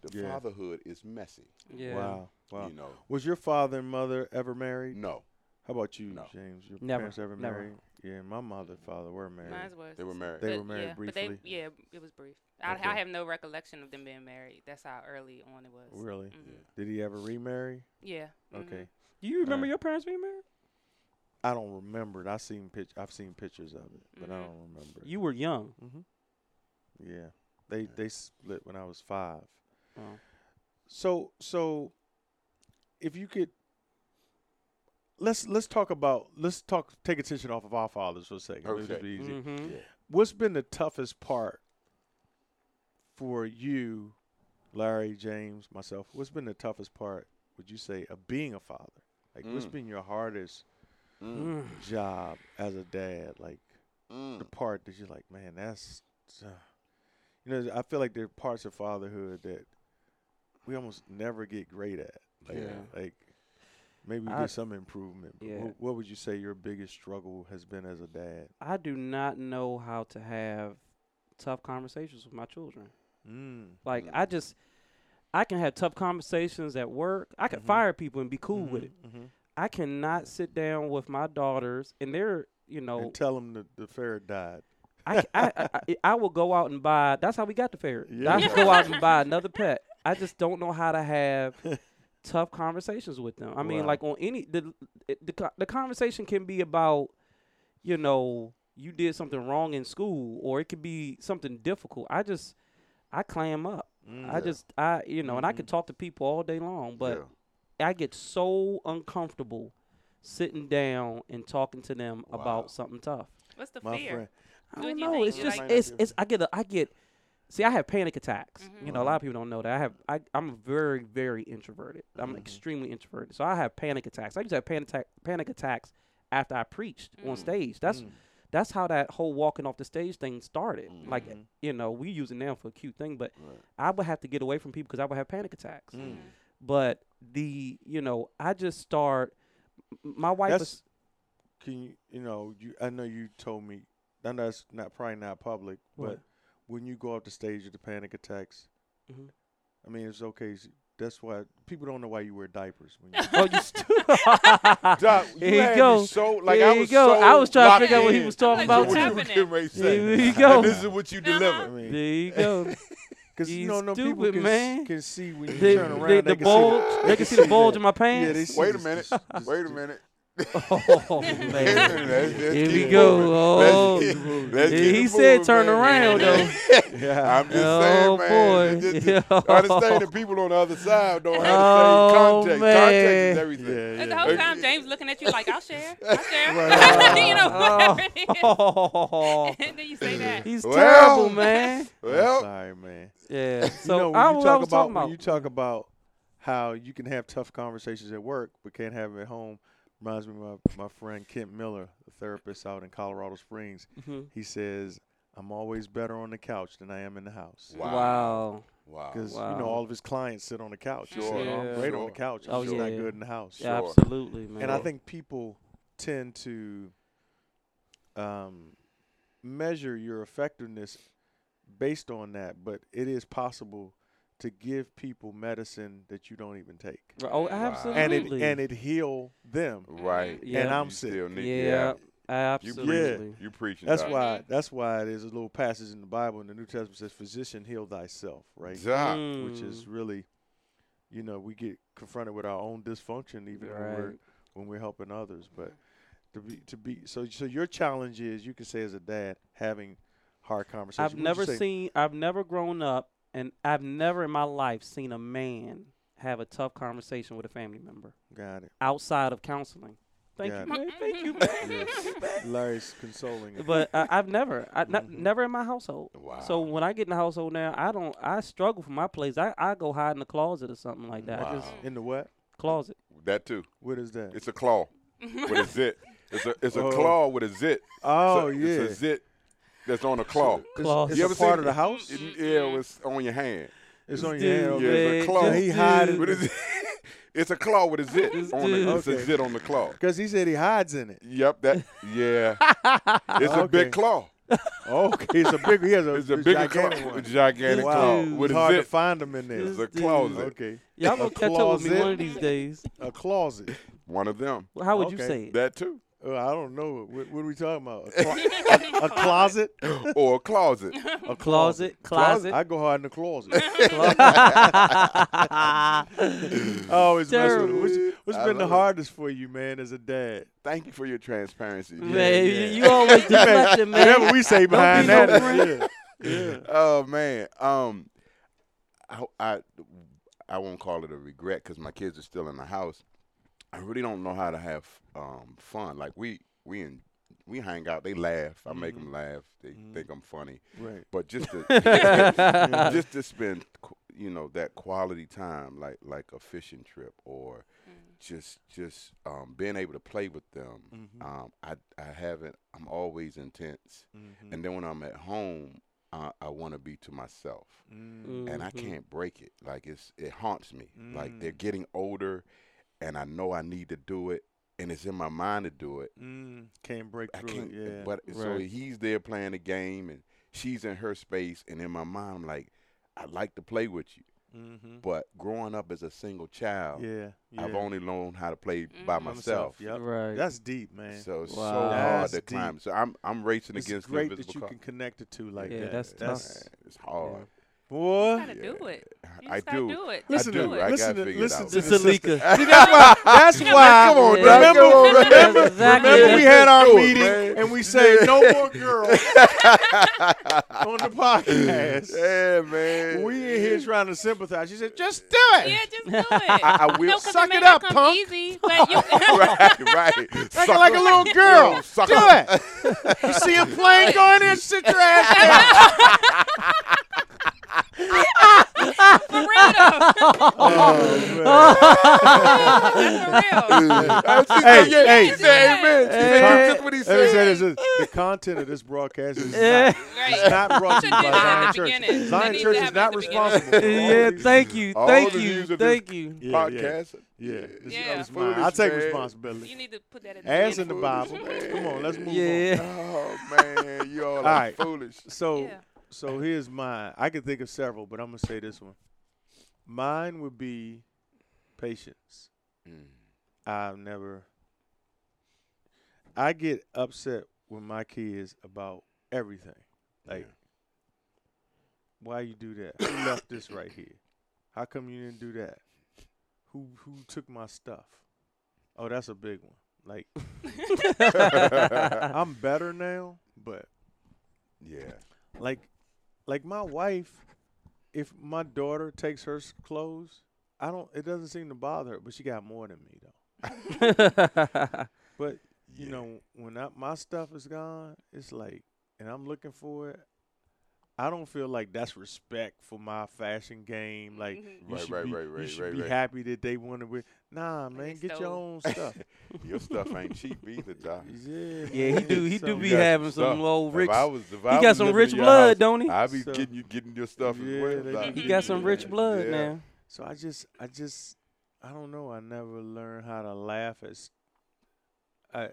[SPEAKER 2] the
[SPEAKER 1] Yeah.
[SPEAKER 2] fatherhood is messy.
[SPEAKER 3] Yeah.
[SPEAKER 1] Wow. Wow.
[SPEAKER 2] You know,
[SPEAKER 1] Was your father and mother ever married?
[SPEAKER 2] no,
[SPEAKER 1] How about you,
[SPEAKER 2] No.
[SPEAKER 1] James? Your
[SPEAKER 3] Never,
[SPEAKER 1] parents ever
[SPEAKER 3] never.
[SPEAKER 1] married? Yeah, my mother and father were married.
[SPEAKER 4] Mine was.
[SPEAKER 2] they were married.
[SPEAKER 1] They
[SPEAKER 4] But
[SPEAKER 1] were married
[SPEAKER 4] yeah, But
[SPEAKER 1] briefly?
[SPEAKER 4] they, yeah, it was brief. I,
[SPEAKER 1] Okay.
[SPEAKER 4] I have no recollection of them being married. That's how early on it was.
[SPEAKER 1] Really?
[SPEAKER 4] Mhm.
[SPEAKER 1] Did he ever remarry?
[SPEAKER 4] Yeah. mhm.
[SPEAKER 1] Okay.
[SPEAKER 3] Do you remember
[SPEAKER 1] Alright.
[SPEAKER 3] your parents being married?
[SPEAKER 1] I don't remember it. I seen pitch. I've seen pictures of it, but I
[SPEAKER 4] Mhm.
[SPEAKER 1] don't remember. it.
[SPEAKER 3] You were young.
[SPEAKER 2] Mm-hmm.
[SPEAKER 1] Yeah, they they split when I was five.
[SPEAKER 3] Oh.
[SPEAKER 1] So so, if you could, let's let's talk about let's talk take attention off of our fathers for a second. It'll just
[SPEAKER 2] Okay.
[SPEAKER 1] be easy.
[SPEAKER 3] Mhm.
[SPEAKER 1] What's been the toughest part for you, Larry, James, myself? What's been the toughest part? Would you say of being a father? Like, what's
[SPEAKER 2] Mm.
[SPEAKER 1] been your hardest
[SPEAKER 2] Mm,
[SPEAKER 3] Mm.
[SPEAKER 1] job as a dad? Like, the
[SPEAKER 2] mm,
[SPEAKER 1] part that you're like, man, that's, uh, you know, I feel like there are parts of fatherhood that we almost never get great at. Like,
[SPEAKER 2] Yeah.
[SPEAKER 1] like Maybe you
[SPEAKER 3] I-
[SPEAKER 1] did some improvement. but
[SPEAKER 3] Yeah.
[SPEAKER 1] wh- what would you say your biggest struggle has been as a dad?
[SPEAKER 3] I do not know how to have tough conversations with my children.
[SPEAKER 1] Mm.
[SPEAKER 3] Like
[SPEAKER 2] Mm.
[SPEAKER 3] I just I can have tough conversations at work. I could
[SPEAKER 1] Mhm.
[SPEAKER 3] fire people and be cool with
[SPEAKER 1] Mhm,
[SPEAKER 3] it.
[SPEAKER 1] mhm.
[SPEAKER 3] I cannot sit down with my daughters and they're you know
[SPEAKER 1] And tell them the, the ferret died.
[SPEAKER 3] I, I, I, I I will go out and buy that's how we got the ferret.
[SPEAKER 1] Yeah.
[SPEAKER 3] I will go out and buy another pet. I just don't know how to have tough conversations with them. I mean
[SPEAKER 1] Wow.
[SPEAKER 3] like on any the, it- the co- the conversation can be about you know you did something wrong in school or it could be something difficult. I just I clam up.
[SPEAKER 1] Mm.
[SPEAKER 3] I just I you know, and I
[SPEAKER 1] Mhm.
[SPEAKER 3] could talk to people all day long, but I get so uncomfortable sitting down and talking to them
[SPEAKER 2] Wow.
[SPEAKER 3] about something tough.
[SPEAKER 4] What's the
[SPEAKER 1] My
[SPEAKER 4] fear?
[SPEAKER 1] friend.
[SPEAKER 3] I
[SPEAKER 4] What
[SPEAKER 3] don't
[SPEAKER 4] do you
[SPEAKER 3] know.
[SPEAKER 4] think?
[SPEAKER 3] It's
[SPEAKER 4] You
[SPEAKER 3] just
[SPEAKER 4] like
[SPEAKER 1] that
[SPEAKER 3] it's
[SPEAKER 1] too?
[SPEAKER 3] it's I get a, I get see I have panic attacks. You know, a
[SPEAKER 1] Mhm.
[SPEAKER 3] lot of people don't know that. I have I I'm very very introverted. I'm
[SPEAKER 1] Mhm.
[SPEAKER 3] extremely introverted. So I have panic attacks. I used to have panic attack, panic attacks after I preached on
[SPEAKER 4] Mm.
[SPEAKER 3] stage. That's
[SPEAKER 1] Mm.
[SPEAKER 3] that's how that whole walking off the stage thing started. Like
[SPEAKER 1] Mhm.
[SPEAKER 3] you know, we use it now for a cute thing, but
[SPEAKER 2] Right.
[SPEAKER 3] I would have to get away from people because I would have panic attacks
[SPEAKER 1] Mm.
[SPEAKER 4] Mhm.
[SPEAKER 3] but the you know i just start m- my wife
[SPEAKER 1] That's-
[SPEAKER 3] was
[SPEAKER 1] Can you, you know, you? I know you told me. I know it's not probably not public,
[SPEAKER 3] What?
[SPEAKER 1] but when you go off the stage with the panic attacks,
[SPEAKER 3] Mhm.
[SPEAKER 1] I mean, it's okay. s- That's why people don't know why you wear diapers. When you,
[SPEAKER 3] oh you stu-
[SPEAKER 2] Doc, you
[SPEAKER 3] Here you
[SPEAKER 2] had me
[SPEAKER 3] go.
[SPEAKER 2] so like
[SPEAKER 3] Here
[SPEAKER 2] I
[SPEAKER 3] you
[SPEAKER 2] was
[SPEAKER 3] go.
[SPEAKER 2] so
[SPEAKER 3] I was trying to
[SPEAKER 2] locked
[SPEAKER 3] figure out what he
[SPEAKER 2] in
[SPEAKER 3] was
[SPEAKER 2] to
[SPEAKER 3] talking
[SPEAKER 4] I'm
[SPEAKER 3] about
[SPEAKER 4] like,
[SPEAKER 2] what
[SPEAKER 4] what's
[SPEAKER 2] you
[SPEAKER 3] too.
[SPEAKER 2] were
[SPEAKER 4] happening?
[SPEAKER 2] getting ready to say.
[SPEAKER 3] Here we
[SPEAKER 2] And
[SPEAKER 3] go.
[SPEAKER 2] this is what you
[SPEAKER 4] Uh-huh.
[SPEAKER 1] I
[SPEAKER 2] deliver.
[SPEAKER 1] mean,
[SPEAKER 3] there you go
[SPEAKER 1] because
[SPEAKER 3] you
[SPEAKER 1] you know, no people
[SPEAKER 3] stupid
[SPEAKER 1] can, s-
[SPEAKER 3] man.
[SPEAKER 1] can see when you
[SPEAKER 3] the,
[SPEAKER 1] turn around.
[SPEAKER 3] the,
[SPEAKER 1] they
[SPEAKER 3] the
[SPEAKER 1] can
[SPEAKER 3] bulge
[SPEAKER 1] See
[SPEAKER 3] they can see the bulge in my
[SPEAKER 1] Yeah, they
[SPEAKER 3] pants
[SPEAKER 1] see
[SPEAKER 2] Wait a
[SPEAKER 1] this-
[SPEAKER 2] minute.
[SPEAKER 1] this- this-
[SPEAKER 2] Wait a
[SPEAKER 1] this-
[SPEAKER 2] minute.
[SPEAKER 3] oh
[SPEAKER 2] Let's-
[SPEAKER 3] man
[SPEAKER 2] let's
[SPEAKER 3] Here
[SPEAKER 2] keep
[SPEAKER 3] we
[SPEAKER 2] it
[SPEAKER 3] go.
[SPEAKER 2] moving.
[SPEAKER 3] Oh.
[SPEAKER 2] Let's keep- let's
[SPEAKER 3] Yeah,
[SPEAKER 2] keep
[SPEAKER 3] he
[SPEAKER 2] it
[SPEAKER 3] said
[SPEAKER 2] moving,
[SPEAKER 3] turn
[SPEAKER 2] man.
[SPEAKER 3] around, though.
[SPEAKER 1] Yeah.
[SPEAKER 2] I'm just
[SPEAKER 3] Oh,
[SPEAKER 2] saying, man.
[SPEAKER 3] boy.
[SPEAKER 2] Just- just-
[SPEAKER 3] Yo.
[SPEAKER 2] Understand the people on the other side don't have the
[SPEAKER 3] Oh,
[SPEAKER 2] same context. Context
[SPEAKER 3] man.
[SPEAKER 2] is everything.
[SPEAKER 1] Yeah,
[SPEAKER 4] And
[SPEAKER 1] yeah.
[SPEAKER 4] The whole time James looking at you like, I'll share, I'll share.
[SPEAKER 2] Right.
[SPEAKER 4] you know, whatever it is.
[SPEAKER 3] oh
[SPEAKER 4] and then you say that.
[SPEAKER 3] he's
[SPEAKER 2] Well.
[SPEAKER 3] terrible man
[SPEAKER 1] I'm
[SPEAKER 2] Well,
[SPEAKER 1] sorry, man.
[SPEAKER 3] yeah so
[SPEAKER 1] you know, when
[SPEAKER 3] I,
[SPEAKER 1] you
[SPEAKER 3] what
[SPEAKER 1] talk
[SPEAKER 3] I was
[SPEAKER 1] about,
[SPEAKER 3] talking about
[SPEAKER 1] when you talk about how you can have tough conversations at work but can't have them at home reminds me of my, my friend Kent Miller, a therapist out in Colorado Springs.
[SPEAKER 3] Mhm.
[SPEAKER 1] He says, "I'm always better on the couch than I am in the house."
[SPEAKER 2] Wow.
[SPEAKER 3] wow
[SPEAKER 2] wow.
[SPEAKER 1] Because you
[SPEAKER 3] Wow.
[SPEAKER 1] know all of his clients sit on the couch. He said,
[SPEAKER 2] Sure.
[SPEAKER 1] "I'm great on
[SPEAKER 2] Sure.
[SPEAKER 1] the couch. I'm
[SPEAKER 3] Oh,
[SPEAKER 1] just not
[SPEAKER 3] yeah.
[SPEAKER 1] good in the house.
[SPEAKER 3] Yeah,
[SPEAKER 2] Sure.
[SPEAKER 3] absolutely man
[SPEAKER 1] And I think people tend to um, measure your effectiveness based on that, but it is possible to give people medicine that you don't even take.
[SPEAKER 3] oh
[SPEAKER 1] And
[SPEAKER 3] absolutely
[SPEAKER 1] it and it heal them.
[SPEAKER 2] Right.
[SPEAKER 3] Yeah.
[SPEAKER 1] And I'm
[SPEAKER 2] You
[SPEAKER 1] sick.
[SPEAKER 2] still need-
[SPEAKER 3] Yeah,
[SPEAKER 2] You
[SPEAKER 3] absolutely.
[SPEAKER 2] preaching. You preaching.
[SPEAKER 1] That's
[SPEAKER 2] Doc.
[SPEAKER 1] why that's why there's a little passage in the Bible in the New Testament says, Physician heal thyself, right?
[SPEAKER 2] Doc.
[SPEAKER 1] Which
[SPEAKER 3] Mm.
[SPEAKER 1] is
[SPEAKER 2] Mm.
[SPEAKER 1] really you know, we get confronted with our own dysfunction even when we're
[SPEAKER 3] right.
[SPEAKER 1] when we're helping others. But to be to be so so your challenge is you can say as a dad having hard conversations.
[SPEAKER 3] I've
[SPEAKER 1] What would you
[SPEAKER 3] never
[SPEAKER 1] say-
[SPEAKER 3] seen. I've never grown up, and I've never in my life seen a man have a tough conversation with a family member
[SPEAKER 1] Got it.
[SPEAKER 3] outside of counseling. Thank
[SPEAKER 1] Got
[SPEAKER 3] you,
[SPEAKER 1] it.
[SPEAKER 3] man. Thank you, man.
[SPEAKER 1] Larry's consoling. him.
[SPEAKER 3] But I, I've never, I, not,
[SPEAKER 1] Mhm.
[SPEAKER 3] never in my household.
[SPEAKER 2] Wow.
[SPEAKER 3] So when I get in the household now, I don't. I struggle for my place. I, I go hide in the closet or something like that. I
[SPEAKER 2] Wow.
[SPEAKER 3] just
[SPEAKER 1] In the what?
[SPEAKER 3] closet.
[SPEAKER 2] that too.
[SPEAKER 1] What is that?
[SPEAKER 2] It's a claw with a zit. It's a it's a
[SPEAKER 1] Oh.
[SPEAKER 2] claw with a zit.
[SPEAKER 1] oh
[SPEAKER 2] it's a,
[SPEAKER 1] yeah.
[SPEAKER 2] It's a zit that's on a claw.
[SPEAKER 1] It's-
[SPEAKER 3] Claw.
[SPEAKER 1] It's,
[SPEAKER 2] You
[SPEAKER 1] a
[SPEAKER 2] ever
[SPEAKER 1] part
[SPEAKER 2] seen-
[SPEAKER 1] of the house.
[SPEAKER 2] It- yeah, it's on your hand.
[SPEAKER 1] It's on your
[SPEAKER 3] Dude,
[SPEAKER 1] hand.
[SPEAKER 2] Yeah,
[SPEAKER 1] Okay.
[SPEAKER 3] man,
[SPEAKER 2] it's a claw.
[SPEAKER 3] just
[SPEAKER 1] Oh, He hiding-
[SPEAKER 3] dude.
[SPEAKER 2] What is it? it's a claw with a zit.
[SPEAKER 3] This
[SPEAKER 2] On the, it's
[SPEAKER 1] dude.
[SPEAKER 2] a zit on the claw.
[SPEAKER 1] Because he said he hides in it.
[SPEAKER 2] Yep. That. Yeah. It's a
[SPEAKER 1] Okay.
[SPEAKER 2] big claw.
[SPEAKER 1] Oh, Okay, it's a big. He has a,
[SPEAKER 2] It's a
[SPEAKER 1] it's
[SPEAKER 2] bigger
[SPEAKER 1] gigantic
[SPEAKER 2] claw.
[SPEAKER 1] one.
[SPEAKER 2] A gigantic
[SPEAKER 1] Wow.
[SPEAKER 2] claw
[SPEAKER 3] Dude.
[SPEAKER 2] with
[SPEAKER 1] it's
[SPEAKER 2] a
[SPEAKER 1] hard to
[SPEAKER 2] zit.
[SPEAKER 1] find him in there.
[SPEAKER 3] This
[SPEAKER 2] It's a
[SPEAKER 3] dude.
[SPEAKER 2] closet.
[SPEAKER 1] Okay,
[SPEAKER 3] Y'all gonna
[SPEAKER 1] A
[SPEAKER 3] catch up with me one
[SPEAKER 1] closet.
[SPEAKER 3] of these days.
[SPEAKER 1] a closet.
[SPEAKER 2] One of them.
[SPEAKER 3] How would you
[SPEAKER 1] Okay.
[SPEAKER 3] say it?
[SPEAKER 2] That too.
[SPEAKER 1] Uh, I don't know. What, what are we talking about? A, clo- a closet?
[SPEAKER 2] or a closet.
[SPEAKER 3] A closet, closet,
[SPEAKER 1] I go hard in the closet.
[SPEAKER 3] closet.
[SPEAKER 1] Oh, it's messing with
[SPEAKER 3] Terrible.
[SPEAKER 1] what's, what's
[SPEAKER 2] I
[SPEAKER 1] been the
[SPEAKER 2] love it.
[SPEAKER 1] hardest for you, man, as a dad?
[SPEAKER 2] Thank you for your transparency.
[SPEAKER 3] man,
[SPEAKER 2] Yeah, yeah.
[SPEAKER 3] you always deflecting, man.
[SPEAKER 1] Whatever we say behind
[SPEAKER 3] be no
[SPEAKER 1] that is yeah. yeah.
[SPEAKER 2] Oh man. Um, I, I I won't call it a regret because my kids are still in the house. I really don't know how to have um fun. Like we we in, we hang out. They laugh. I make them laugh. They
[SPEAKER 1] Mhm.
[SPEAKER 2] think I'm funny.
[SPEAKER 1] Right.
[SPEAKER 2] But just to just to spend qu- you know that quality time, like like a fishing trip or just just um, being able to play with them.
[SPEAKER 1] Mhm.
[SPEAKER 2] Um, I I haven't. I'm always intense.
[SPEAKER 1] Mhm.
[SPEAKER 2] And then when I'm at home, I, I want to be to myself,
[SPEAKER 1] Mm.
[SPEAKER 2] and I
[SPEAKER 3] Mhm.
[SPEAKER 2] can't break it. Like it's it haunts me. Like they're
[SPEAKER 1] Mm.
[SPEAKER 2] getting older, and I know I need to do it, and it's in my mind to do it.
[SPEAKER 1] Mm, can't break
[SPEAKER 2] I
[SPEAKER 1] through.
[SPEAKER 2] can't.
[SPEAKER 1] it. Yeah.
[SPEAKER 2] But so
[SPEAKER 1] right.
[SPEAKER 2] he's there playing the game, and she's in her space, and in my mind, I'm like, I'd like to play with you,
[SPEAKER 1] mm-hmm.
[SPEAKER 2] but growing up as a single child,
[SPEAKER 1] yeah, yeah.
[SPEAKER 2] I've only learned how to play by
[SPEAKER 4] Mm.
[SPEAKER 1] By
[SPEAKER 2] myself.
[SPEAKER 1] Yep.
[SPEAKER 3] Right.
[SPEAKER 1] That's deep, man.
[SPEAKER 2] So it's so
[SPEAKER 3] Wow.
[SPEAKER 2] hard
[SPEAKER 1] That's
[SPEAKER 2] to
[SPEAKER 1] deep.
[SPEAKER 2] climb. So I'm I'm racing
[SPEAKER 1] it's
[SPEAKER 2] against
[SPEAKER 1] great
[SPEAKER 2] the
[SPEAKER 1] that you
[SPEAKER 2] invisible
[SPEAKER 1] can connect it to like
[SPEAKER 3] Yeah,
[SPEAKER 1] that.
[SPEAKER 3] that's
[SPEAKER 2] car.
[SPEAKER 3] tough.
[SPEAKER 1] that's
[SPEAKER 2] It's hard.
[SPEAKER 4] You
[SPEAKER 1] boy.
[SPEAKER 4] gotta do it. You
[SPEAKER 2] I
[SPEAKER 4] just gotta
[SPEAKER 2] do.
[SPEAKER 4] do it. Just
[SPEAKER 1] Listen
[SPEAKER 2] I
[SPEAKER 1] to
[SPEAKER 2] do.
[SPEAKER 4] it.
[SPEAKER 2] I
[SPEAKER 1] listen
[SPEAKER 2] gotta
[SPEAKER 1] to-
[SPEAKER 2] figure
[SPEAKER 1] listen
[SPEAKER 2] it out.
[SPEAKER 1] to
[SPEAKER 3] It's
[SPEAKER 1] the sister.
[SPEAKER 3] Alika.
[SPEAKER 1] See, that's why. That's why.
[SPEAKER 2] Come on,
[SPEAKER 3] Yeah.
[SPEAKER 2] Doug.
[SPEAKER 1] remember,
[SPEAKER 2] Come on, Doug.
[SPEAKER 1] remember,
[SPEAKER 3] That's exactly-
[SPEAKER 1] remember we had our
[SPEAKER 2] Do it,
[SPEAKER 1] meeting
[SPEAKER 2] man.
[SPEAKER 1] and we said no more girls on the podcast.
[SPEAKER 2] Yeah, man.
[SPEAKER 1] We in here trying to sympathize. She said, "Just do it."
[SPEAKER 4] Yeah, just do it.
[SPEAKER 2] I
[SPEAKER 4] You
[SPEAKER 2] will
[SPEAKER 4] know, 'cause
[SPEAKER 1] Suck
[SPEAKER 4] may
[SPEAKER 1] it up,
[SPEAKER 4] not come
[SPEAKER 1] punk.
[SPEAKER 4] Easy, but you,
[SPEAKER 2] right, right.
[SPEAKER 1] Acting like a little girl.
[SPEAKER 2] sucker.
[SPEAKER 1] Do it. You see a plane going in, sit your ass down.
[SPEAKER 4] for real though. That's for real.
[SPEAKER 1] hey, hey,
[SPEAKER 2] She said amen. She said
[SPEAKER 1] Hey.
[SPEAKER 2] just what he
[SPEAKER 1] Let me say
[SPEAKER 2] said.
[SPEAKER 1] this, this. The content of this broadcast is
[SPEAKER 3] Yeah.
[SPEAKER 1] not,
[SPEAKER 4] Great.
[SPEAKER 1] it's not brought to you by
[SPEAKER 4] Shouldn't do that
[SPEAKER 1] Zion
[SPEAKER 4] at the
[SPEAKER 1] Church.
[SPEAKER 4] beginning.
[SPEAKER 1] Zion
[SPEAKER 4] They need
[SPEAKER 1] Church
[SPEAKER 4] to
[SPEAKER 1] is
[SPEAKER 4] have it at
[SPEAKER 1] not
[SPEAKER 4] the
[SPEAKER 1] responsible. for all
[SPEAKER 3] yeah,
[SPEAKER 1] these-
[SPEAKER 3] thank you,
[SPEAKER 2] all
[SPEAKER 3] thank
[SPEAKER 2] the
[SPEAKER 3] you,
[SPEAKER 2] views of this-
[SPEAKER 3] thank you.
[SPEAKER 1] Yeah, yeah,
[SPEAKER 2] Podcast.
[SPEAKER 1] yeah. This
[SPEAKER 4] Yeah.
[SPEAKER 1] is
[SPEAKER 2] Foolish,
[SPEAKER 1] mine. I take
[SPEAKER 2] man.
[SPEAKER 4] You
[SPEAKER 1] responsibility.
[SPEAKER 4] need to put that at the
[SPEAKER 1] Ass in
[SPEAKER 4] beginning.
[SPEAKER 1] the
[SPEAKER 2] foolish,
[SPEAKER 1] Bible.
[SPEAKER 2] man.
[SPEAKER 1] Come on, let's move on.
[SPEAKER 3] Yeah,
[SPEAKER 2] Oh man, you all,
[SPEAKER 1] All
[SPEAKER 2] all
[SPEAKER 1] right.
[SPEAKER 2] right. foolish.
[SPEAKER 1] So,
[SPEAKER 4] Yeah.
[SPEAKER 1] so here's mine. I could think of several, but I'm gonna say this one. Mine would be patience.
[SPEAKER 2] Mm,
[SPEAKER 1] I've never. I get upset with my kids about everything. Like, why you do that? Who left this right here? How come you didn't do that? Who who took my stuff? Oh, that's a big one. Like, I'm better now, but
[SPEAKER 2] Yeah.
[SPEAKER 1] like like my wife if my daughter takes her s- clothes i don't it doesn't seem to bother her but she got more than me though but you
[SPEAKER 2] Yeah.
[SPEAKER 1] know when I, my stuff is gone it's like and i'm looking for it i don't feel like that's respect for my fashion game like
[SPEAKER 4] Mhm.
[SPEAKER 1] you
[SPEAKER 2] Mm-hmm. Right,
[SPEAKER 1] should
[SPEAKER 2] right,
[SPEAKER 1] be,
[SPEAKER 2] right,
[SPEAKER 1] you
[SPEAKER 2] right,
[SPEAKER 1] should
[SPEAKER 2] right,
[SPEAKER 1] be
[SPEAKER 2] right.
[SPEAKER 1] happy that they want to wear nah man
[SPEAKER 4] they
[SPEAKER 1] get your
[SPEAKER 4] stole.
[SPEAKER 1] own stuff
[SPEAKER 2] Your stuff ain't cheap either, Doc.
[SPEAKER 1] yeah,
[SPEAKER 3] yeah, he
[SPEAKER 1] man,
[SPEAKER 3] do, he do
[SPEAKER 1] so-
[SPEAKER 3] be
[SPEAKER 2] You got
[SPEAKER 3] having
[SPEAKER 2] some
[SPEAKER 3] some
[SPEAKER 2] stuff.
[SPEAKER 3] old rich.
[SPEAKER 2] If I was,
[SPEAKER 3] He
[SPEAKER 2] if
[SPEAKER 3] got some rich blood, don't he?
[SPEAKER 2] I be
[SPEAKER 1] So-
[SPEAKER 2] getting you getting your stuff
[SPEAKER 1] Yeah,
[SPEAKER 2] as
[SPEAKER 1] they
[SPEAKER 2] well. Doc.
[SPEAKER 1] do.
[SPEAKER 3] He got some rich blood
[SPEAKER 2] Yeah.
[SPEAKER 3] now.
[SPEAKER 1] So I just, I just, I don't know. I never learned how to laugh as, I, I-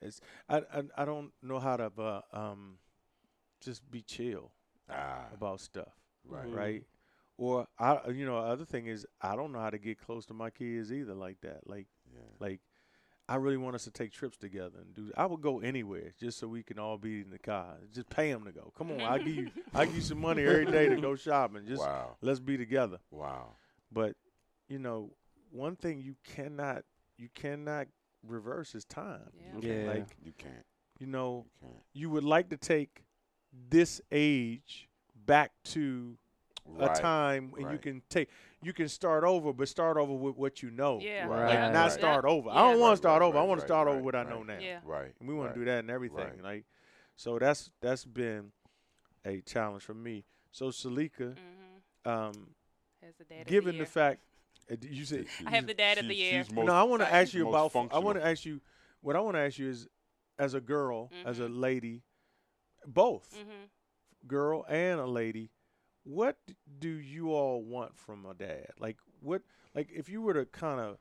[SPEAKER 1] it's, I, I, I don't know how to, uh, um, just be chill
[SPEAKER 2] Ah,
[SPEAKER 1] about stuff,
[SPEAKER 2] right.
[SPEAKER 3] Mm.
[SPEAKER 1] right? Or I, you know, other thing is I don't know how to get close to my kids either, like that. Like,
[SPEAKER 2] Yeah.
[SPEAKER 1] like, I really want us to take trips together and do. I would go anywhere just so we can all be in the car. Just pay them to go. Come on, I give you,
[SPEAKER 4] Mm-hmm.
[SPEAKER 1] I give you some money every day to go shopping. Just
[SPEAKER 2] Wow.
[SPEAKER 1] let's be together
[SPEAKER 2] Wow.
[SPEAKER 1] but you know one thing you cannot you cannot reverse is time
[SPEAKER 4] Yeah.
[SPEAKER 3] Yeah.
[SPEAKER 1] like
[SPEAKER 2] You can't.
[SPEAKER 1] you know
[SPEAKER 2] You can't.
[SPEAKER 1] you would like to take this age back to
[SPEAKER 2] Right.
[SPEAKER 1] a time when you
[SPEAKER 2] right.
[SPEAKER 1] can take you can start over but start over with what you know
[SPEAKER 4] Yeah.
[SPEAKER 2] Right.
[SPEAKER 1] like
[SPEAKER 4] yeah.
[SPEAKER 1] not
[SPEAKER 2] Right.
[SPEAKER 1] start over
[SPEAKER 4] Yeah.
[SPEAKER 1] i don't want
[SPEAKER 2] Right,
[SPEAKER 1] to start
[SPEAKER 2] right,
[SPEAKER 1] over i
[SPEAKER 2] right,
[SPEAKER 1] want to
[SPEAKER 2] right,
[SPEAKER 1] start over
[SPEAKER 2] right,
[SPEAKER 1] what i
[SPEAKER 2] right.
[SPEAKER 1] know now
[SPEAKER 4] Yeah.
[SPEAKER 2] Right.
[SPEAKER 1] and we want
[SPEAKER 2] right.
[SPEAKER 1] to do that and everything
[SPEAKER 2] right.
[SPEAKER 1] like so that's that's been a challenge for me so salika
[SPEAKER 4] Mhm.
[SPEAKER 1] um
[SPEAKER 4] As the dad of
[SPEAKER 1] given the,
[SPEAKER 4] year.
[SPEAKER 1] fact uh, d- you said
[SPEAKER 2] She-
[SPEAKER 4] I have the dad of the
[SPEAKER 2] she-
[SPEAKER 4] year.
[SPEAKER 2] she's most-
[SPEAKER 1] no, I want to
[SPEAKER 4] Right.
[SPEAKER 1] ask you
[SPEAKER 2] most
[SPEAKER 1] about. fu- I want
[SPEAKER 2] functional.
[SPEAKER 1] to ask you. What I want to ask you is, as a girl, as a lady, both
[SPEAKER 4] Mhm.
[SPEAKER 1] girl and a lady, what d- do you all want from a dad? Like what? Like if you were to kind of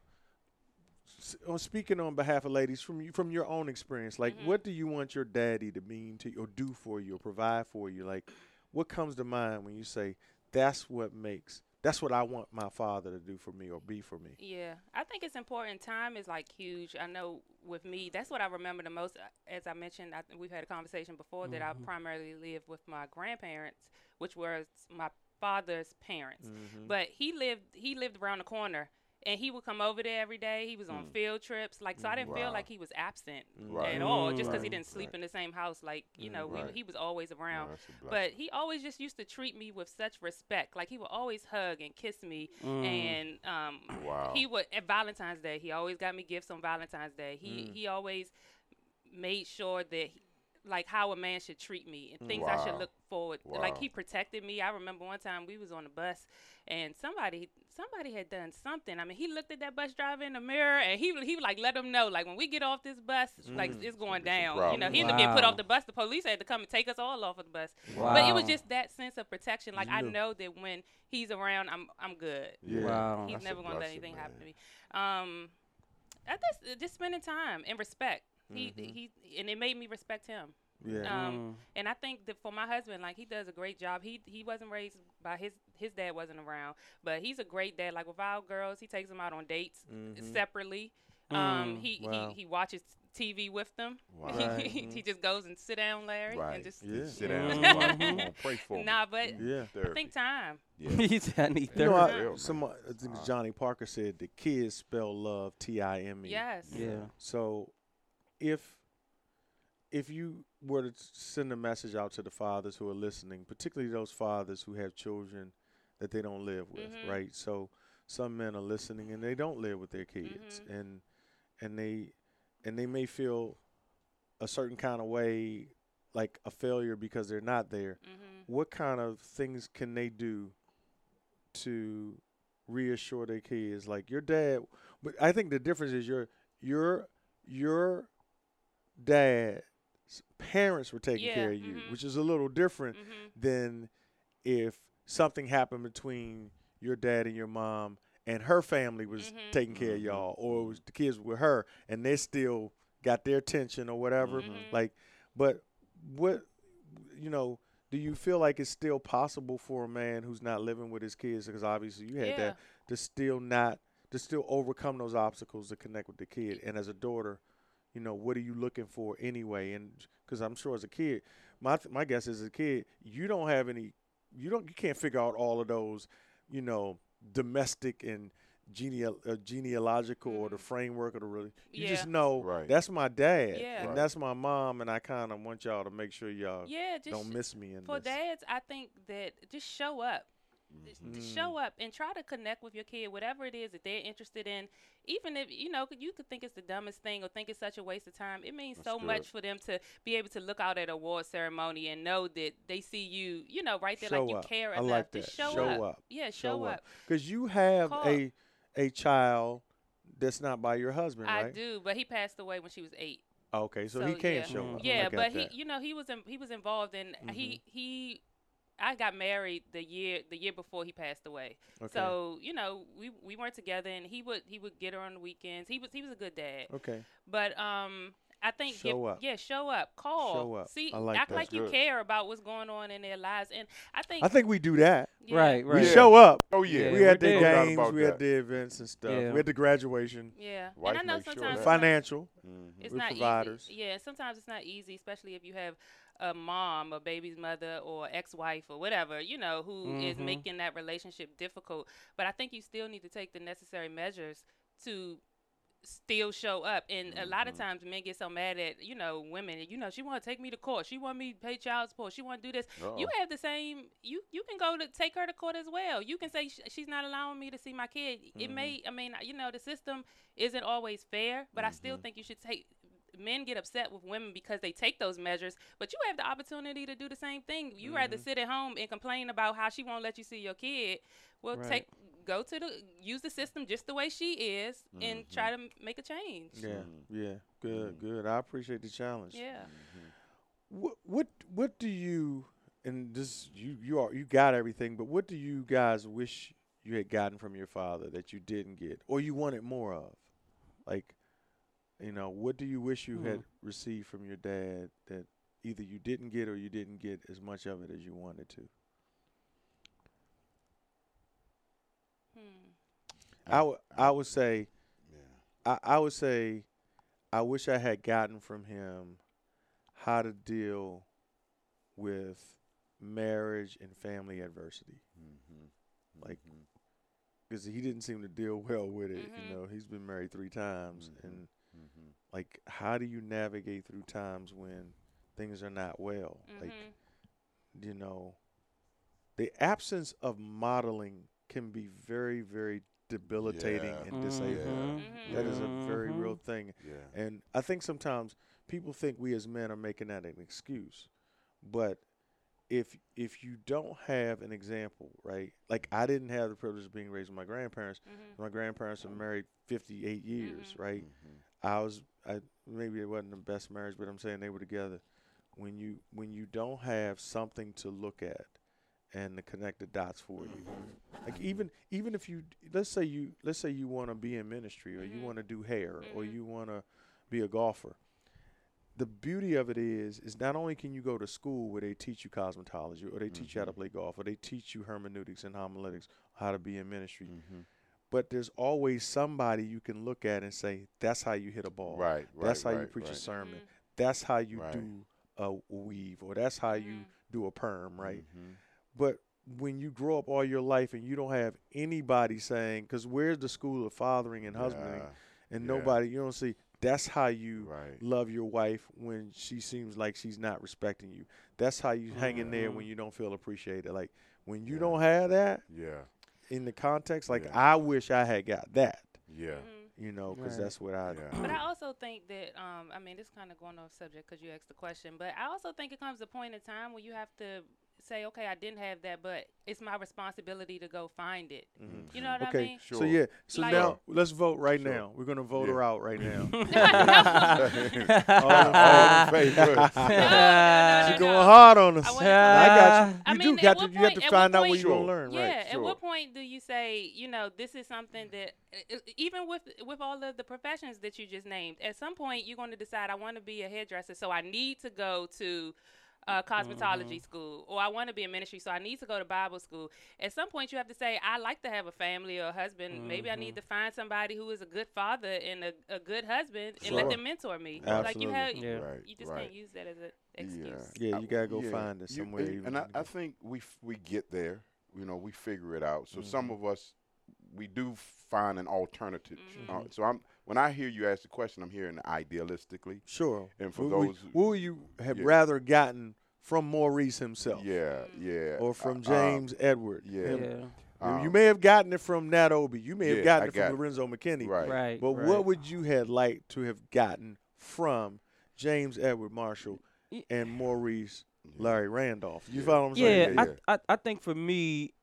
[SPEAKER 1] on speaking on behalf of ladies from you from your own experience, like what do you want your daddy to mean to you or do for you or provide for you? Like what comes to mind when you say that's what makes that's what I want my father to do for me or be for me?
[SPEAKER 4] Yeah, I think it's important. Time is like huge. I know with me, that's what I remember the most. Uh, As I mentioned, I, we've had a conversation before that I
[SPEAKER 2] Mm-hmm.
[SPEAKER 4] primarily lived with my grandparents, which was my father's parents.
[SPEAKER 2] Mm-hmm.
[SPEAKER 1] Mm-hmm.
[SPEAKER 4] But he lived he lived around the corner, and he would come over there every day. He was on field trips, like so. I didn't feel
[SPEAKER 2] Mm. Wow.
[SPEAKER 4] like he was absent
[SPEAKER 2] Right.
[SPEAKER 4] at all, just because he
[SPEAKER 2] Right.
[SPEAKER 4] didn't sleep
[SPEAKER 2] Right. Mm,
[SPEAKER 4] in the same house. Like you know, we,
[SPEAKER 2] Right.
[SPEAKER 4] he was always around.
[SPEAKER 2] that's a
[SPEAKER 4] But
[SPEAKER 2] blessing.
[SPEAKER 4] he always just used to treat me with such respect. Like he would always hug and kiss me,
[SPEAKER 2] Mm.
[SPEAKER 4] and um,
[SPEAKER 2] Wow.
[SPEAKER 4] he would at Valentine's
[SPEAKER 2] Mm.
[SPEAKER 4] Day. He always got me gifts on Valentine's Day. He he always made sure that he- like how a man should treat me and things I should
[SPEAKER 2] Wow.
[SPEAKER 4] look forward. Like
[SPEAKER 2] Wow.
[SPEAKER 4] he protected me. I remember one time we was on a bus and somebody somebody had done something. I mean, he looked at that bus driver in the mirror and he he like let them know like when we get off this bus, like
[SPEAKER 1] Mm.
[SPEAKER 4] it's going
[SPEAKER 2] be some
[SPEAKER 4] down. You
[SPEAKER 2] problem.
[SPEAKER 4] know, he ended up getting put
[SPEAKER 3] Wow.
[SPEAKER 4] off the bus. The police had to come and take us all off of the bus.
[SPEAKER 3] Wow.
[SPEAKER 4] But it was just that sense of protection. Like I
[SPEAKER 1] Yeah.
[SPEAKER 4] know that when he's around, I'm I'm good.
[SPEAKER 2] Yeah.
[SPEAKER 3] Wow.
[SPEAKER 4] He's
[SPEAKER 2] Oh, That's a
[SPEAKER 4] never gonna let
[SPEAKER 2] blessing,
[SPEAKER 4] anything
[SPEAKER 2] man.
[SPEAKER 4] happen to me. Um, I just just spending time and respect. He
[SPEAKER 1] Mhm.
[SPEAKER 4] he and it made me respect him.
[SPEAKER 1] Yeah.
[SPEAKER 3] uh,
[SPEAKER 4] Um, And I think that for my husband, like he does a great job. He he wasn't raised by his his dad wasn't around, but he's a great dad. Like with our girls, he takes them out on dates
[SPEAKER 1] Mhm.
[SPEAKER 4] separately. Um,
[SPEAKER 3] Mm,
[SPEAKER 4] he,
[SPEAKER 1] wow.
[SPEAKER 4] he he watches TV with them.
[SPEAKER 2] Wow.
[SPEAKER 1] Right.
[SPEAKER 4] he just goes and sit down, Larry,
[SPEAKER 2] Right.
[SPEAKER 4] and just
[SPEAKER 1] Yeah.
[SPEAKER 2] Sit down.
[SPEAKER 3] Mhm.
[SPEAKER 2] and watch. Come on, pray for me.
[SPEAKER 4] nah. But
[SPEAKER 1] Yeah.
[SPEAKER 4] I think time.
[SPEAKER 2] Yeah.
[SPEAKER 3] Mm. he said, I need
[SPEAKER 1] You
[SPEAKER 3] therapy.
[SPEAKER 1] know, I-
[SPEAKER 4] Real,
[SPEAKER 2] man.
[SPEAKER 1] some, I think it was
[SPEAKER 2] Uh,
[SPEAKER 1] Johnny Parker said the kids spell love T I M E.
[SPEAKER 4] Yes.
[SPEAKER 3] yeah.
[SPEAKER 1] So, if if you were to s- send a message out to the fathers who are listening, particularly those fathers who have children that they don't live with,
[SPEAKER 3] Mm-hmm.
[SPEAKER 4] Mhm.
[SPEAKER 1] right? So some men are listening and they don't live with their kids,
[SPEAKER 3] Mm-hmm.
[SPEAKER 4] Mhm.
[SPEAKER 1] and and they and they may feel a certain kind of way, like a failure because they're not there.
[SPEAKER 4] Mm-hmm.
[SPEAKER 1] What kind of things can they do to reassure their kids? Like your dad, but I think the difference is your your your dad's parents were taking
[SPEAKER 4] Yeah,
[SPEAKER 1] care of you,
[SPEAKER 4] mhm.
[SPEAKER 1] which is a little different
[SPEAKER 4] Mm-hmm.
[SPEAKER 1] than if something happened between your dad and your mom and her family was
[SPEAKER 4] Mhm.
[SPEAKER 1] taking care of
[SPEAKER 2] Mhm.
[SPEAKER 1] y'all or it was the kids with her and they still got their attention or whatever
[SPEAKER 4] Mhm.
[SPEAKER 1] like but what you know do you feel like it's still possible for a man who's not living with his kids because obviously you had
[SPEAKER 4] Yeah.
[SPEAKER 1] that to still not to still overcome those obstacles to connect with the kid and as a daughter you know what are you looking for anyway and because i'm sure as a kid my th- my guess is as a kid you don't have any you don't you can't figure out all of those you know domestic and geneal uh, genealogical or the
[SPEAKER 4] Mhm.
[SPEAKER 1] framework of the really you
[SPEAKER 4] Yeah.
[SPEAKER 1] just know
[SPEAKER 2] Right.
[SPEAKER 1] that's my dad
[SPEAKER 4] Yeah.
[SPEAKER 1] and
[SPEAKER 2] Right.
[SPEAKER 1] that's my mom and i kind of want y'all to make sure y'all
[SPEAKER 4] Yeah. Just
[SPEAKER 1] don't miss me in
[SPEAKER 4] for
[SPEAKER 1] this
[SPEAKER 4] dads, I think that just show up. Just to
[SPEAKER 1] Mhm.
[SPEAKER 4] show up and try to connect with your kid, whatever it is that they're interested in. Even if you know you could think it's the dumbest thing or think it's such a waste of time, it means
[SPEAKER 2] That's
[SPEAKER 4] so
[SPEAKER 2] good.
[SPEAKER 4] much for them to be able to look out at a award ceremony and know that they see you. You know, right there,
[SPEAKER 1] Show
[SPEAKER 4] like you
[SPEAKER 1] up.
[SPEAKER 4] care
[SPEAKER 1] I
[SPEAKER 4] enough.
[SPEAKER 1] like
[SPEAKER 4] Just
[SPEAKER 1] that.
[SPEAKER 4] show,
[SPEAKER 1] Show
[SPEAKER 4] up.
[SPEAKER 1] up.
[SPEAKER 4] Yeah, show,
[SPEAKER 1] Show
[SPEAKER 4] up.
[SPEAKER 1] up. because you have
[SPEAKER 4] Call.
[SPEAKER 1] a a child that's not by your husband
[SPEAKER 4] I
[SPEAKER 1] right
[SPEAKER 4] do, but he passed away when she was eight.
[SPEAKER 1] okay so, he
[SPEAKER 4] So,
[SPEAKER 1] can
[SPEAKER 4] yeah.
[SPEAKER 1] show up
[SPEAKER 3] Mhm.
[SPEAKER 1] I
[SPEAKER 4] Yeah,
[SPEAKER 1] got
[SPEAKER 4] but
[SPEAKER 1] that. Mm-hmm.
[SPEAKER 4] he, you know, he was in, he was involved in he he. I got married the year the year before he passed away.
[SPEAKER 1] okay.
[SPEAKER 4] So you know we we weren't together, and he would he would get her on the weekends. He was he was a good dad,
[SPEAKER 1] okay
[SPEAKER 4] but um. I think give-
[SPEAKER 1] Show up.
[SPEAKER 4] yeah, show up, call,
[SPEAKER 1] Show up.
[SPEAKER 4] see,
[SPEAKER 1] I like
[SPEAKER 4] act
[SPEAKER 1] that.
[SPEAKER 4] like you
[SPEAKER 2] Good.
[SPEAKER 4] care about what's going on in their lives, and I think,
[SPEAKER 1] i think we do that
[SPEAKER 4] yeah,
[SPEAKER 3] Right, right.
[SPEAKER 1] we show up
[SPEAKER 2] Oh yeah.
[SPEAKER 3] Yeah,
[SPEAKER 1] we had
[SPEAKER 3] we
[SPEAKER 1] the
[SPEAKER 3] did.
[SPEAKER 2] Doubt
[SPEAKER 1] games
[SPEAKER 2] about
[SPEAKER 1] we had
[SPEAKER 2] that.
[SPEAKER 1] the events and stuff
[SPEAKER 3] Yeah.
[SPEAKER 1] we had the graduation
[SPEAKER 4] yeah.
[SPEAKER 2] Wife
[SPEAKER 4] and I know
[SPEAKER 2] make sure
[SPEAKER 4] sometimes
[SPEAKER 2] that-
[SPEAKER 4] it's not-
[SPEAKER 1] financial
[SPEAKER 2] Mhm.
[SPEAKER 4] it's
[SPEAKER 1] We're
[SPEAKER 4] not
[SPEAKER 1] providers.
[SPEAKER 4] easy. Yeah, sometimes it's not easy, especially if you have a mom, a baby's mother, or ex-wife, or whatever you know who is
[SPEAKER 1] Mm-hmm.
[SPEAKER 3] Mhm.
[SPEAKER 4] making that relationship difficult. But I think you still need to take the necessary measures to still show up. And a lot of
[SPEAKER 1] Mm-hmm.
[SPEAKER 2] Mhm.
[SPEAKER 4] times, men get so mad at you know women. You know, she want to take me to court. She want me to pay child support. She want to do this.
[SPEAKER 2] Uh-oh.
[SPEAKER 1] Oh.
[SPEAKER 4] You have the same. You you can go to take her to court as well. You can say sh- she's not allowing me to see my kid. It
[SPEAKER 1] Mhm.
[SPEAKER 4] may. I mean, you know, the system isn't always fair, but I still
[SPEAKER 1] Mm-hmm.
[SPEAKER 2] Mhm.
[SPEAKER 4] think you should take. Men get upset with women because they take those measures, but you have the opportunity to do the same thing. You rather
[SPEAKER 1] Mhm.
[SPEAKER 4] sit at home and complain about how she won't let you see your kid. Well,
[SPEAKER 3] Right.
[SPEAKER 4] take go to the use the system just the way she is and
[SPEAKER 2] Mhm.
[SPEAKER 1] Mm-hmm.
[SPEAKER 4] try to m- make a change.
[SPEAKER 1] yeah
[SPEAKER 2] Mhm.
[SPEAKER 3] Mm.
[SPEAKER 1] yeah good
[SPEAKER 2] Mhm.
[SPEAKER 1] good i appreciate the challenge
[SPEAKER 4] Yeah.
[SPEAKER 2] Mhm.
[SPEAKER 1] what what what do you and this you you are you got everything but what do you guys wish you had gotten from your father that you didn't get or you wanted more of like you know what do you wish you had received from your dad that either you didn't get or you didn't get as much of it as you wanted to
[SPEAKER 4] Hmm.
[SPEAKER 1] I would I would say
[SPEAKER 2] Yeah.
[SPEAKER 1] I, I would say I wish I had gotten from him how to deal with marriage and family adversity
[SPEAKER 2] Mhm.
[SPEAKER 1] Like,
[SPEAKER 2] Mhm.
[SPEAKER 1] because he didn't seem to deal well with it.
[SPEAKER 4] Mhm.
[SPEAKER 1] You know, he's been married three times,
[SPEAKER 2] Mhm.
[SPEAKER 1] and
[SPEAKER 2] Mhm.
[SPEAKER 1] like, how do you navigate through times when things are not well? Like,
[SPEAKER 4] Mhm.
[SPEAKER 1] you know, the absence of modeling can be very, very debilitating
[SPEAKER 2] Yeah.
[SPEAKER 3] Mm-hmm.
[SPEAKER 1] and disabling.
[SPEAKER 2] Mhm.
[SPEAKER 4] Mhm.
[SPEAKER 1] That is a very real thing,
[SPEAKER 2] Yeah.
[SPEAKER 1] and I think sometimes people think we as men are making that an excuse, but if if you don't have an example, right? Like I didn't have the privilege of being raised with my grandparents.
[SPEAKER 4] Mhm.
[SPEAKER 1] My grandparents were married 58 years,
[SPEAKER 4] Mhm.
[SPEAKER 1] right?
[SPEAKER 2] Mhm.
[SPEAKER 1] I was I maybe it wasn't the best marriage, but I'm saying they were together. When you when you don't have something to look at and to connect the dots for you.
[SPEAKER 2] Mm-hmm.
[SPEAKER 1] Like even even if you let's say you let's say you want to be in ministry or
[SPEAKER 4] Mhm.
[SPEAKER 1] you want to do hair or
[SPEAKER 4] Mhm.
[SPEAKER 1] you want to be a golfer. The beauty of it is is not only can you go to school where they teach you cosmetology or they teach you how to play golf or they teach you hermeneutics and homiletics, how to be in ministry,
[SPEAKER 4] Mm-hmm.
[SPEAKER 2] Mhm.
[SPEAKER 1] but there's always somebody you can look at and say, that's how you hit a ball.
[SPEAKER 2] Right, right.
[SPEAKER 1] That's how you
[SPEAKER 2] right,
[SPEAKER 1] preach a
[SPEAKER 2] right.
[SPEAKER 1] sermon.
[SPEAKER 4] Mm.
[SPEAKER 1] That's how you
[SPEAKER 2] Right.
[SPEAKER 1] do a weave, or that's how you
[SPEAKER 4] Mhm.
[SPEAKER 1] do a perm, right?
[SPEAKER 2] Mhm.
[SPEAKER 1] But when you grow up all your life and you don't have anybody saying, because where's the school of fathering and husbanding,
[SPEAKER 2] Yeah,
[SPEAKER 1] and
[SPEAKER 2] yeah.
[SPEAKER 1] nobody, you don't see, that's how you
[SPEAKER 2] Right.
[SPEAKER 1] love your wife when she seems like she's not respecting you. That's how you hang in there
[SPEAKER 3] Mhm.
[SPEAKER 1] when you don't feel appreciated. Like when you
[SPEAKER 2] Mm. Yeah.
[SPEAKER 1] don't have that
[SPEAKER 2] Yeah.
[SPEAKER 1] in the context, like
[SPEAKER 2] Yeah.
[SPEAKER 1] I wish I had got that
[SPEAKER 2] Yeah.
[SPEAKER 4] Mhm.
[SPEAKER 1] you know, because
[SPEAKER 3] Right.
[SPEAKER 1] that's what I.
[SPEAKER 2] Yeah.
[SPEAKER 4] Mm-hmm. But I also think that, um, I mean, this kind of going off subject because you asked the question, but I also think it comes a point in time where you have to say, okay, I didn't have that, but it's my responsibility to go find it.
[SPEAKER 1] Mhm.
[SPEAKER 4] You know what I
[SPEAKER 1] Okay,
[SPEAKER 4] mean?
[SPEAKER 1] so
[SPEAKER 2] Mm-hmm. Sure.
[SPEAKER 1] yeah, so
[SPEAKER 4] Like-
[SPEAKER 1] now let's vote right
[SPEAKER 2] Sure.
[SPEAKER 1] now. We're gonna vote
[SPEAKER 2] Yeah.
[SPEAKER 1] her out right now.
[SPEAKER 4] Mm-hmm.
[SPEAKER 2] All in favor.
[SPEAKER 4] No, no,
[SPEAKER 1] She's
[SPEAKER 4] no,
[SPEAKER 1] going
[SPEAKER 4] no.
[SPEAKER 1] hard on us.
[SPEAKER 4] I
[SPEAKER 1] I,
[SPEAKER 4] wasn't-
[SPEAKER 1] got you.
[SPEAKER 4] I
[SPEAKER 1] You
[SPEAKER 4] mean,
[SPEAKER 1] do
[SPEAKER 4] at
[SPEAKER 1] got to.
[SPEAKER 4] what
[SPEAKER 1] You have
[SPEAKER 4] point-
[SPEAKER 1] to
[SPEAKER 4] at what
[SPEAKER 1] find out
[SPEAKER 4] point-
[SPEAKER 1] what you're gonna
[SPEAKER 2] Sure.
[SPEAKER 1] learn,
[SPEAKER 4] yeah.
[SPEAKER 1] right?
[SPEAKER 4] At
[SPEAKER 2] sure.
[SPEAKER 4] what point do you say, you know, this is something that, e- e- even with with all of the professions that you just named, at some point you're going to decide, I want to be a hairdresser, so I need to go to uh,
[SPEAKER 1] Mm-hmm.
[SPEAKER 4] cosmetology school, or I want to be in ministry, so I need to go to Bible school. At some point, you have to say, I like to have a family or a husband. Maybe I
[SPEAKER 1] Mm-hmm.
[SPEAKER 4] need to find somebody who is a good father and a, a good husband, and let
[SPEAKER 1] Sure.
[SPEAKER 4] them mentor me. Like
[SPEAKER 1] Absolutely.
[SPEAKER 4] you have,
[SPEAKER 3] Yeah.
[SPEAKER 2] Right.
[SPEAKER 4] you just
[SPEAKER 2] right.
[SPEAKER 4] can't use that as an excuse.
[SPEAKER 1] Yeah,
[SPEAKER 2] I-
[SPEAKER 1] you gotta go find it
[SPEAKER 2] You-
[SPEAKER 1] somewhere
[SPEAKER 2] and-
[SPEAKER 1] you
[SPEAKER 2] and I,
[SPEAKER 1] wanna
[SPEAKER 2] I
[SPEAKER 1] go.
[SPEAKER 2] think we f- we get there. You know, we figure it out. So some
[SPEAKER 1] Mm-hmm.
[SPEAKER 2] of us, we do find an alternative. Uh,
[SPEAKER 3] Mm-hmm.
[SPEAKER 2] so I'm when I hear you ask the question, I'm hearing idealistically.
[SPEAKER 1] Sure.
[SPEAKER 2] And for
[SPEAKER 1] What would-
[SPEAKER 2] those who-
[SPEAKER 1] what would you have
[SPEAKER 2] yeah.
[SPEAKER 1] rather gotten from Maurice himself,
[SPEAKER 2] Yeah, yeah.
[SPEAKER 1] or from
[SPEAKER 2] Uh, uh,
[SPEAKER 1] James Edward?
[SPEAKER 2] yeah.
[SPEAKER 1] Him-
[SPEAKER 3] yeah.
[SPEAKER 1] you- you
[SPEAKER 2] um,
[SPEAKER 1] may have gotten it from Nat Obi. You may have
[SPEAKER 2] yeah,
[SPEAKER 1] gotten
[SPEAKER 2] I
[SPEAKER 1] it
[SPEAKER 2] got it.
[SPEAKER 1] from Lorenzo McKinney.
[SPEAKER 2] Right.
[SPEAKER 3] Right.
[SPEAKER 1] But
[SPEAKER 3] right.
[SPEAKER 1] what would you have liked to have gotten from James Edward Marshall
[SPEAKER 3] Y-
[SPEAKER 1] and Maurice
[SPEAKER 2] Yeah.
[SPEAKER 1] Larry Randolph? You
[SPEAKER 2] Yeah.
[SPEAKER 1] follow what I'm
[SPEAKER 3] yeah,
[SPEAKER 1] saying?
[SPEAKER 2] yeah,
[SPEAKER 3] I, I I think for me,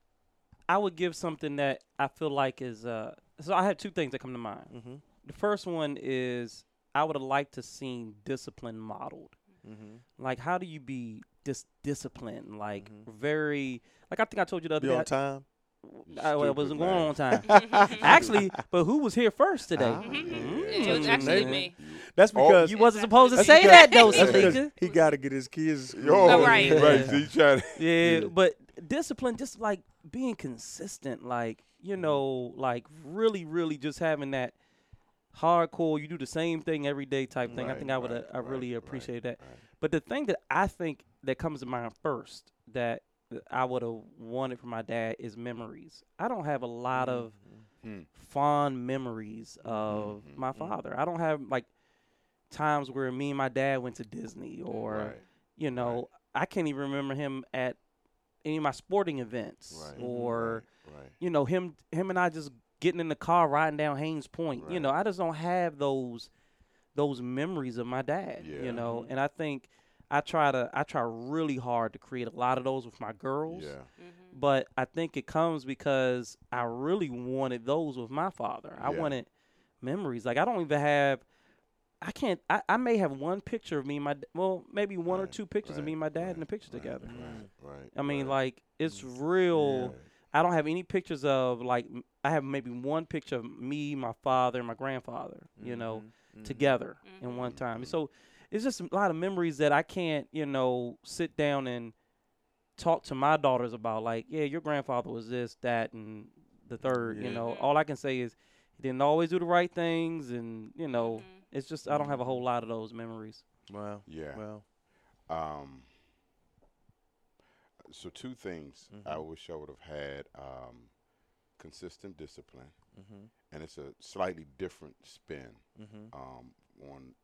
[SPEAKER 3] I would give something that I feel like is uh. So I have two things that come to mind.
[SPEAKER 1] Mhm.
[SPEAKER 3] The first one is I would have liked to seen discipline modeled.
[SPEAKER 2] Mm-hmm.
[SPEAKER 1] Mhm.
[SPEAKER 3] Like, how do you be dis- disciplined? Like, very like I think I told you the other
[SPEAKER 1] Mm-hmm. Be
[SPEAKER 3] day.
[SPEAKER 1] on time.
[SPEAKER 3] I, I wasn't
[SPEAKER 2] Stupid,
[SPEAKER 3] going
[SPEAKER 2] man.
[SPEAKER 3] on time. Actually, but who was here first today?
[SPEAKER 1] Ah,
[SPEAKER 4] Mm-hmm. It was
[SPEAKER 3] Mm.
[SPEAKER 4] actually me.
[SPEAKER 1] That's
[SPEAKER 2] Oh,
[SPEAKER 1] because
[SPEAKER 3] You wasn't supposed to
[SPEAKER 1] that's
[SPEAKER 3] say
[SPEAKER 1] because-
[SPEAKER 3] that though, Oh,
[SPEAKER 1] that's because
[SPEAKER 3] Salika.
[SPEAKER 1] he got to get his kids. to school.
[SPEAKER 2] Yo,
[SPEAKER 4] Right.
[SPEAKER 2] right. right. See, trying to,
[SPEAKER 3] yeah, but discipline, just like being consistent, like you
[SPEAKER 2] Mm-hmm.
[SPEAKER 3] know, like really, really just having that hardcore. You do the same thing every day type thing. I
[SPEAKER 2] Right,
[SPEAKER 3] think I would,
[SPEAKER 2] right,
[SPEAKER 3] I
[SPEAKER 2] right,
[SPEAKER 3] really
[SPEAKER 2] right,
[SPEAKER 3] appreciate that.
[SPEAKER 2] right.
[SPEAKER 3] But the thing that I think that comes to mind first that that I would have wanted from my dad is memories. I don't have a lot of
[SPEAKER 2] Mhm.
[SPEAKER 3] fond memories of
[SPEAKER 2] Mm-hmm,
[SPEAKER 3] my father. I don't have like times where me and my dad went to Disney or
[SPEAKER 2] Right.
[SPEAKER 3] you know, I can't even remember him at any of my sporting events
[SPEAKER 2] Right.
[SPEAKER 3] or
[SPEAKER 2] Right.
[SPEAKER 3] you know him him and I just getting in the car riding down Haynes Point. You
[SPEAKER 2] Right.
[SPEAKER 3] know, I just don't have those those memories of my dad.
[SPEAKER 2] Yeah.
[SPEAKER 3] You know, and I think I try to I try really hard to create a lot of those with my girls.
[SPEAKER 2] Yeah.
[SPEAKER 4] Mhm.
[SPEAKER 3] But I think it comes because I really wanted those with my father. I
[SPEAKER 2] Yeah.
[SPEAKER 3] wanted memories. Like I don't even have. I can't. I, I may have one picture of me and my. d- Well, maybe one or
[SPEAKER 2] Right,
[SPEAKER 3] two pictures of
[SPEAKER 2] right,
[SPEAKER 3] me and my dad
[SPEAKER 2] right,
[SPEAKER 3] in the picture
[SPEAKER 2] right,
[SPEAKER 3] together.
[SPEAKER 2] Right. Right.
[SPEAKER 3] I mean,
[SPEAKER 2] right. Mm.
[SPEAKER 3] like it's real.
[SPEAKER 2] Yeah.
[SPEAKER 3] I don't have any pictures of like m- I have maybe one picture of me, my father, and my grandfather, you know,
[SPEAKER 2] Mm-hmm.
[SPEAKER 1] Mm-hmm.
[SPEAKER 3] together in one time.
[SPEAKER 2] Mhm.
[SPEAKER 3] So it's just a lot of memories that I can't, you know, sit down and talk to my daughters about like, yeah, your grandfather was this, that and the third, you
[SPEAKER 2] Yeah.
[SPEAKER 3] know. All I can say is he didn't always do the right things and, you know,
[SPEAKER 4] Mhm.
[SPEAKER 3] it's just I don't have a whole lot of those memories.
[SPEAKER 1] Wow.
[SPEAKER 2] Yeah.
[SPEAKER 1] Wow.
[SPEAKER 2] Um, so two things I
[SPEAKER 3] Mm-hmm.
[SPEAKER 1] Mhm.
[SPEAKER 2] wish I would have had: um, consistent discipline,
[SPEAKER 1] Mhm.
[SPEAKER 3] Mm-hmm.
[SPEAKER 2] and it's a slightly different spin
[SPEAKER 1] Mhm.
[SPEAKER 2] um, on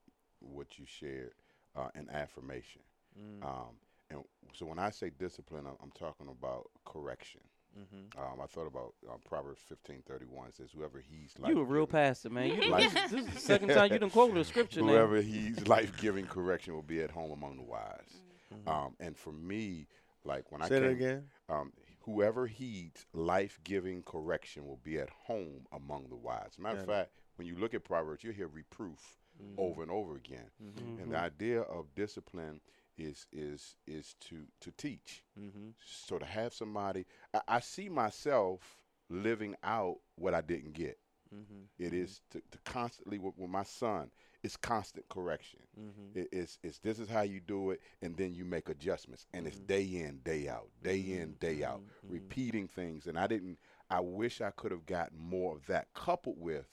[SPEAKER 2] what you shared, uh, and affirmation.
[SPEAKER 1] Mm.
[SPEAKER 3] Mm-hmm.
[SPEAKER 2] Um, and so when I say discipline, I'm, I'm talking about correction.
[SPEAKER 1] Mm-hmm.
[SPEAKER 2] Um, I thought about um, Proverbs fifteen thirty one says, "Whoever he's like
[SPEAKER 3] You a real pastor, man. You done-
[SPEAKER 2] Like-
[SPEAKER 3] this is the second time you done quoted a scripture now.
[SPEAKER 2] whoever he's life giving correction will be at home among the wise."
[SPEAKER 3] Mm-hmm.
[SPEAKER 2] Um, and for me, like when
[SPEAKER 1] Say
[SPEAKER 2] I
[SPEAKER 1] it
[SPEAKER 2] came,
[SPEAKER 1] again.
[SPEAKER 2] um, whoever heeds life giving correction will be at home among the wise. Matter of
[SPEAKER 1] Got
[SPEAKER 2] fact, when you look at Proverbs, you hear reproof
[SPEAKER 3] Mm-hmm.
[SPEAKER 1] Mm-hmm.
[SPEAKER 2] over and over again.
[SPEAKER 1] Mhm.
[SPEAKER 2] And the idea of discipline is is is to to teach.
[SPEAKER 3] Mm-hmm.
[SPEAKER 1] Mhm.
[SPEAKER 2] So to have somebody, I, I see myself living out what I didn't get.
[SPEAKER 1] Mhm.
[SPEAKER 2] It is to, to constantly with, with my son. It's constant correction.
[SPEAKER 3] Mm-hmm.
[SPEAKER 1] Mhm.
[SPEAKER 2] It- it's it's this is how you do it, and then you make adjustments, and it's day in, day out, day in, day
[SPEAKER 1] Mm-hmm.
[SPEAKER 2] out,
[SPEAKER 3] Mm-hmm.
[SPEAKER 2] repeating things. And I didn't. I wish I could have gotten more of that, coupled with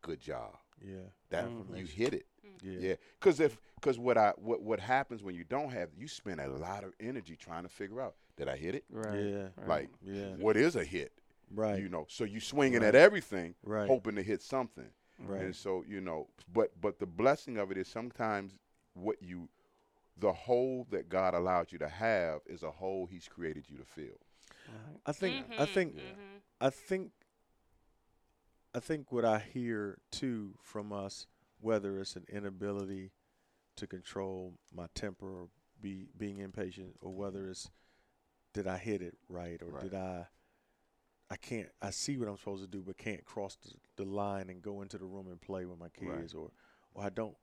[SPEAKER 2] good job.
[SPEAKER 1] Yeah.
[SPEAKER 2] That
[SPEAKER 3] Mhm.
[SPEAKER 2] you hit it.
[SPEAKER 1] Mm-hmm. Yeah.
[SPEAKER 2] Yeah, because if because what I what what happens when you don't have you spend a lot of energy trying to figure out did I hit it?
[SPEAKER 3] Right.
[SPEAKER 1] Yeah.
[SPEAKER 3] right.
[SPEAKER 2] Like
[SPEAKER 1] Yeah.
[SPEAKER 2] what is a hit?
[SPEAKER 1] Right.
[SPEAKER 2] You know, so you swinging
[SPEAKER 1] Right.
[SPEAKER 2] at everything,
[SPEAKER 1] Right.
[SPEAKER 2] hoping to hit something. And
[SPEAKER 1] Right.
[SPEAKER 2] so you know, but but the blessing of it is sometimes what you, the hole that God allowed you to have is a hole He's created you to fill.
[SPEAKER 3] Alright.
[SPEAKER 1] I think. I think.
[SPEAKER 4] mhm.
[SPEAKER 1] I think I think what I hear too from us, whether it's an inability to control my temper or be being impatient, or whether it's did I hit it right or
[SPEAKER 2] Right.
[SPEAKER 1] did I I can't I see what I'm supposed to do but can't cross the, the line and go into the room and play with my
[SPEAKER 2] Right.
[SPEAKER 1] kids or or I don't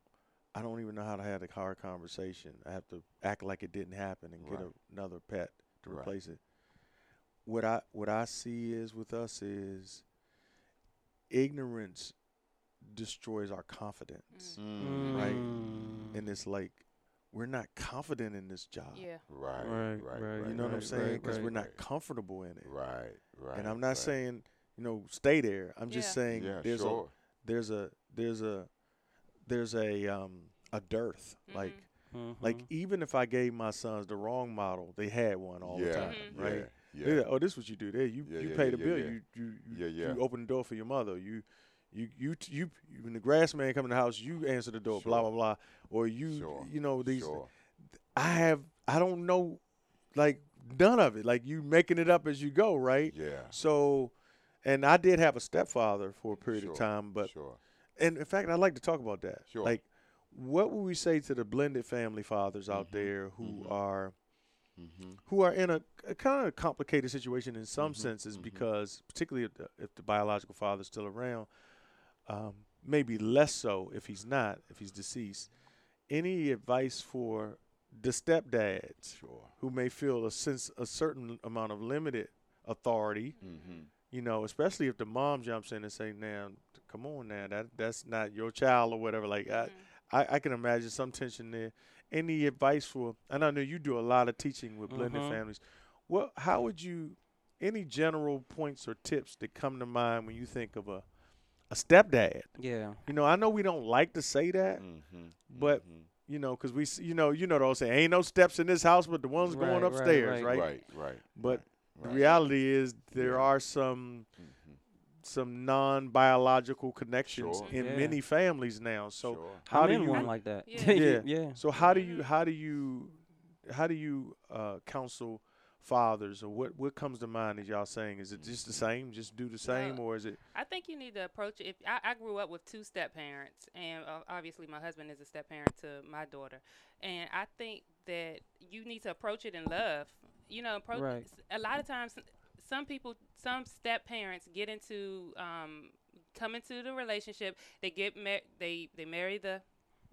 [SPEAKER 1] I don't even know how to have a hard conversation. I have to act like it didn't happen and get
[SPEAKER 2] Right.
[SPEAKER 1] another pet to
[SPEAKER 2] Right.
[SPEAKER 1] replace it. What I what I see is with us is ignorance destroys our confidence.
[SPEAKER 2] Mm-hmm.
[SPEAKER 1] Right.
[SPEAKER 3] Mm.
[SPEAKER 1] And it's like we're not confident in this job.
[SPEAKER 4] Mm-hmm. Yeah.
[SPEAKER 2] Right,
[SPEAKER 3] Right,
[SPEAKER 2] right, right.
[SPEAKER 3] right,
[SPEAKER 1] You know what I'm
[SPEAKER 3] right,
[SPEAKER 1] saying?
[SPEAKER 3] right,
[SPEAKER 1] Because we're
[SPEAKER 3] right.
[SPEAKER 1] not comfortable in it.
[SPEAKER 2] Right, right.
[SPEAKER 1] and I'm not
[SPEAKER 2] right.
[SPEAKER 1] saying, you know, stay there. I'm just
[SPEAKER 4] Yeah.
[SPEAKER 1] saying
[SPEAKER 2] Yeah,
[SPEAKER 1] there's
[SPEAKER 2] sure.
[SPEAKER 1] a there's a there's a there's a um a dearth. Like
[SPEAKER 4] Mm-hmm.
[SPEAKER 1] like
[SPEAKER 2] Mm-hmm.
[SPEAKER 3] Mhm.
[SPEAKER 1] even if I gave my sons the wrong model, they had one all
[SPEAKER 2] Yeah,
[SPEAKER 1] the time,
[SPEAKER 4] Mhm.
[SPEAKER 1] right?
[SPEAKER 2] Yeah,
[SPEAKER 1] They're
[SPEAKER 2] yeah.
[SPEAKER 1] like, oh, this is what you do there. You
[SPEAKER 2] Yeah,
[SPEAKER 1] you
[SPEAKER 2] yeah,
[SPEAKER 1] pay
[SPEAKER 2] yeah,
[SPEAKER 1] the
[SPEAKER 2] yeah,
[SPEAKER 1] bill.
[SPEAKER 2] yeah.
[SPEAKER 1] You you
[SPEAKER 2] Yeah, yeah.
[SPEAKER 1] you open the door for your mother. You you you t- you, you when the grass man come in the house, you answer the door. Blah
[SPEAKER 2] Sure.
[SPEAKER 1] blah blah. Or you
[SPEAKER 2] Sure,
[SPEAKER 1] you know these.
[SPEAKER 2] sure.
[SPEAKER 1] I have I don't know, like none of it. Like you making it up as you go, right?
[SPEAKER 2] Yeah,
[SPEAKER 1] So, and I did have a stepfather for a period
[SPEAKER 2] Sure,
[SPEAKER 1] of time, but
[SPEAKER 2] sure.
[SPEAKER 1] and in fact, I'd like to talk about that.
[SPEAKER 2] Sure.
[SPEAKER 1] Like, what would we say to the blended family fathers out there who
[SPEAKER 2] mhm.
[SPEAKER 1] are
[SPEAKER 2] Mm-hmm.
[SPEAKER 1] who are in a, a kind of complicated situation in some
[SPEAKER 2] Mhm,
[SPEAKER 1] senses
[SPEAKER 2] mhm.
[SPEAKER 1] because particularly if the, if the biological father's still around um, maybe less so if he's not if he's deceased any advice for the stepdads
[SPEAKER 2] Sure.
[SPEAKER 1] who may feel a sense a certain amount of limited authority
[SPEAKER 2] Mm-hmm.
[SPEAKER 1] you know especially if the mom jumps in and say now come on now that that's not your child or whatever like I, I, I can imagine some tension there. Any advice for? And I know you do a lot of teaching with blended
[SPEAKER 3] Mhm.
[SPEAKER 1] families. What? How would you? Any general points or tips that come to mind when you think of a a stepdad?
[SPEAKER 3] yeah.
[SPEAKER 1] You know, I know we don't like to say that,
[SPEAKER 3] Mm.
[SPEAKER 2] Mm-hmm.
[SPEAKER 1] But- you know, because we, s- you know, you know, they'll say, "Ain't no steps in this house, but the ones
[SPEAKER 3] Right,
[SPEAKER 1] going
[SPEAKER 3] right,
[SPEAKER 1] upstairs," right?
[SPEAKER 2] right, right, right.
[SPEAKER 1] But the
[SPEAKER 2] right.
[SPEAKER 1] reality is, there
[SPEAKER 2] Yeah.
[SPEAKER 1] are some
[SPEAKER 2] Mhm.
[SPEAKER 1] some non-biological connections
[SPEAKER 2] Sure.
[SPEAKER 1] in
[SPEAKER 3] Yeah.
[SPEAKER 1] many families now. So,
[SPEAKER 2] Sure.
[SPEAKER 1] how
[SPEAKER 3] I'm
[SPEAKER 1] do
[SPEAKER 3] in
[SPEAKER 1] you
[SPEAKER 3] one like that.
[SPEAKER 4] Yeah.
[SPEAKER 1] Yeah.
[SPEAKER 3] yeah.
[SPEAKER 1] So how do
[SPEAKER 4] Mhm.
[SPEAKER 1] you how do you how do you uh, counsel fathers or what what comes to mind as y'all saying? Is it just the same? Just do the same, or is it?
[SPEAKER 4] I think you need to approach it. If I, I grew up with two step parents, and uh, obviously my husband is a step parent to my daughter, and I think that you need to approach it in love. You know, approach,
[SPEAKER 3] Right.
[SPEAKER 4] s- a lot of times, some people, some step parents get into um, come into the relationship. They get mar- they they marry the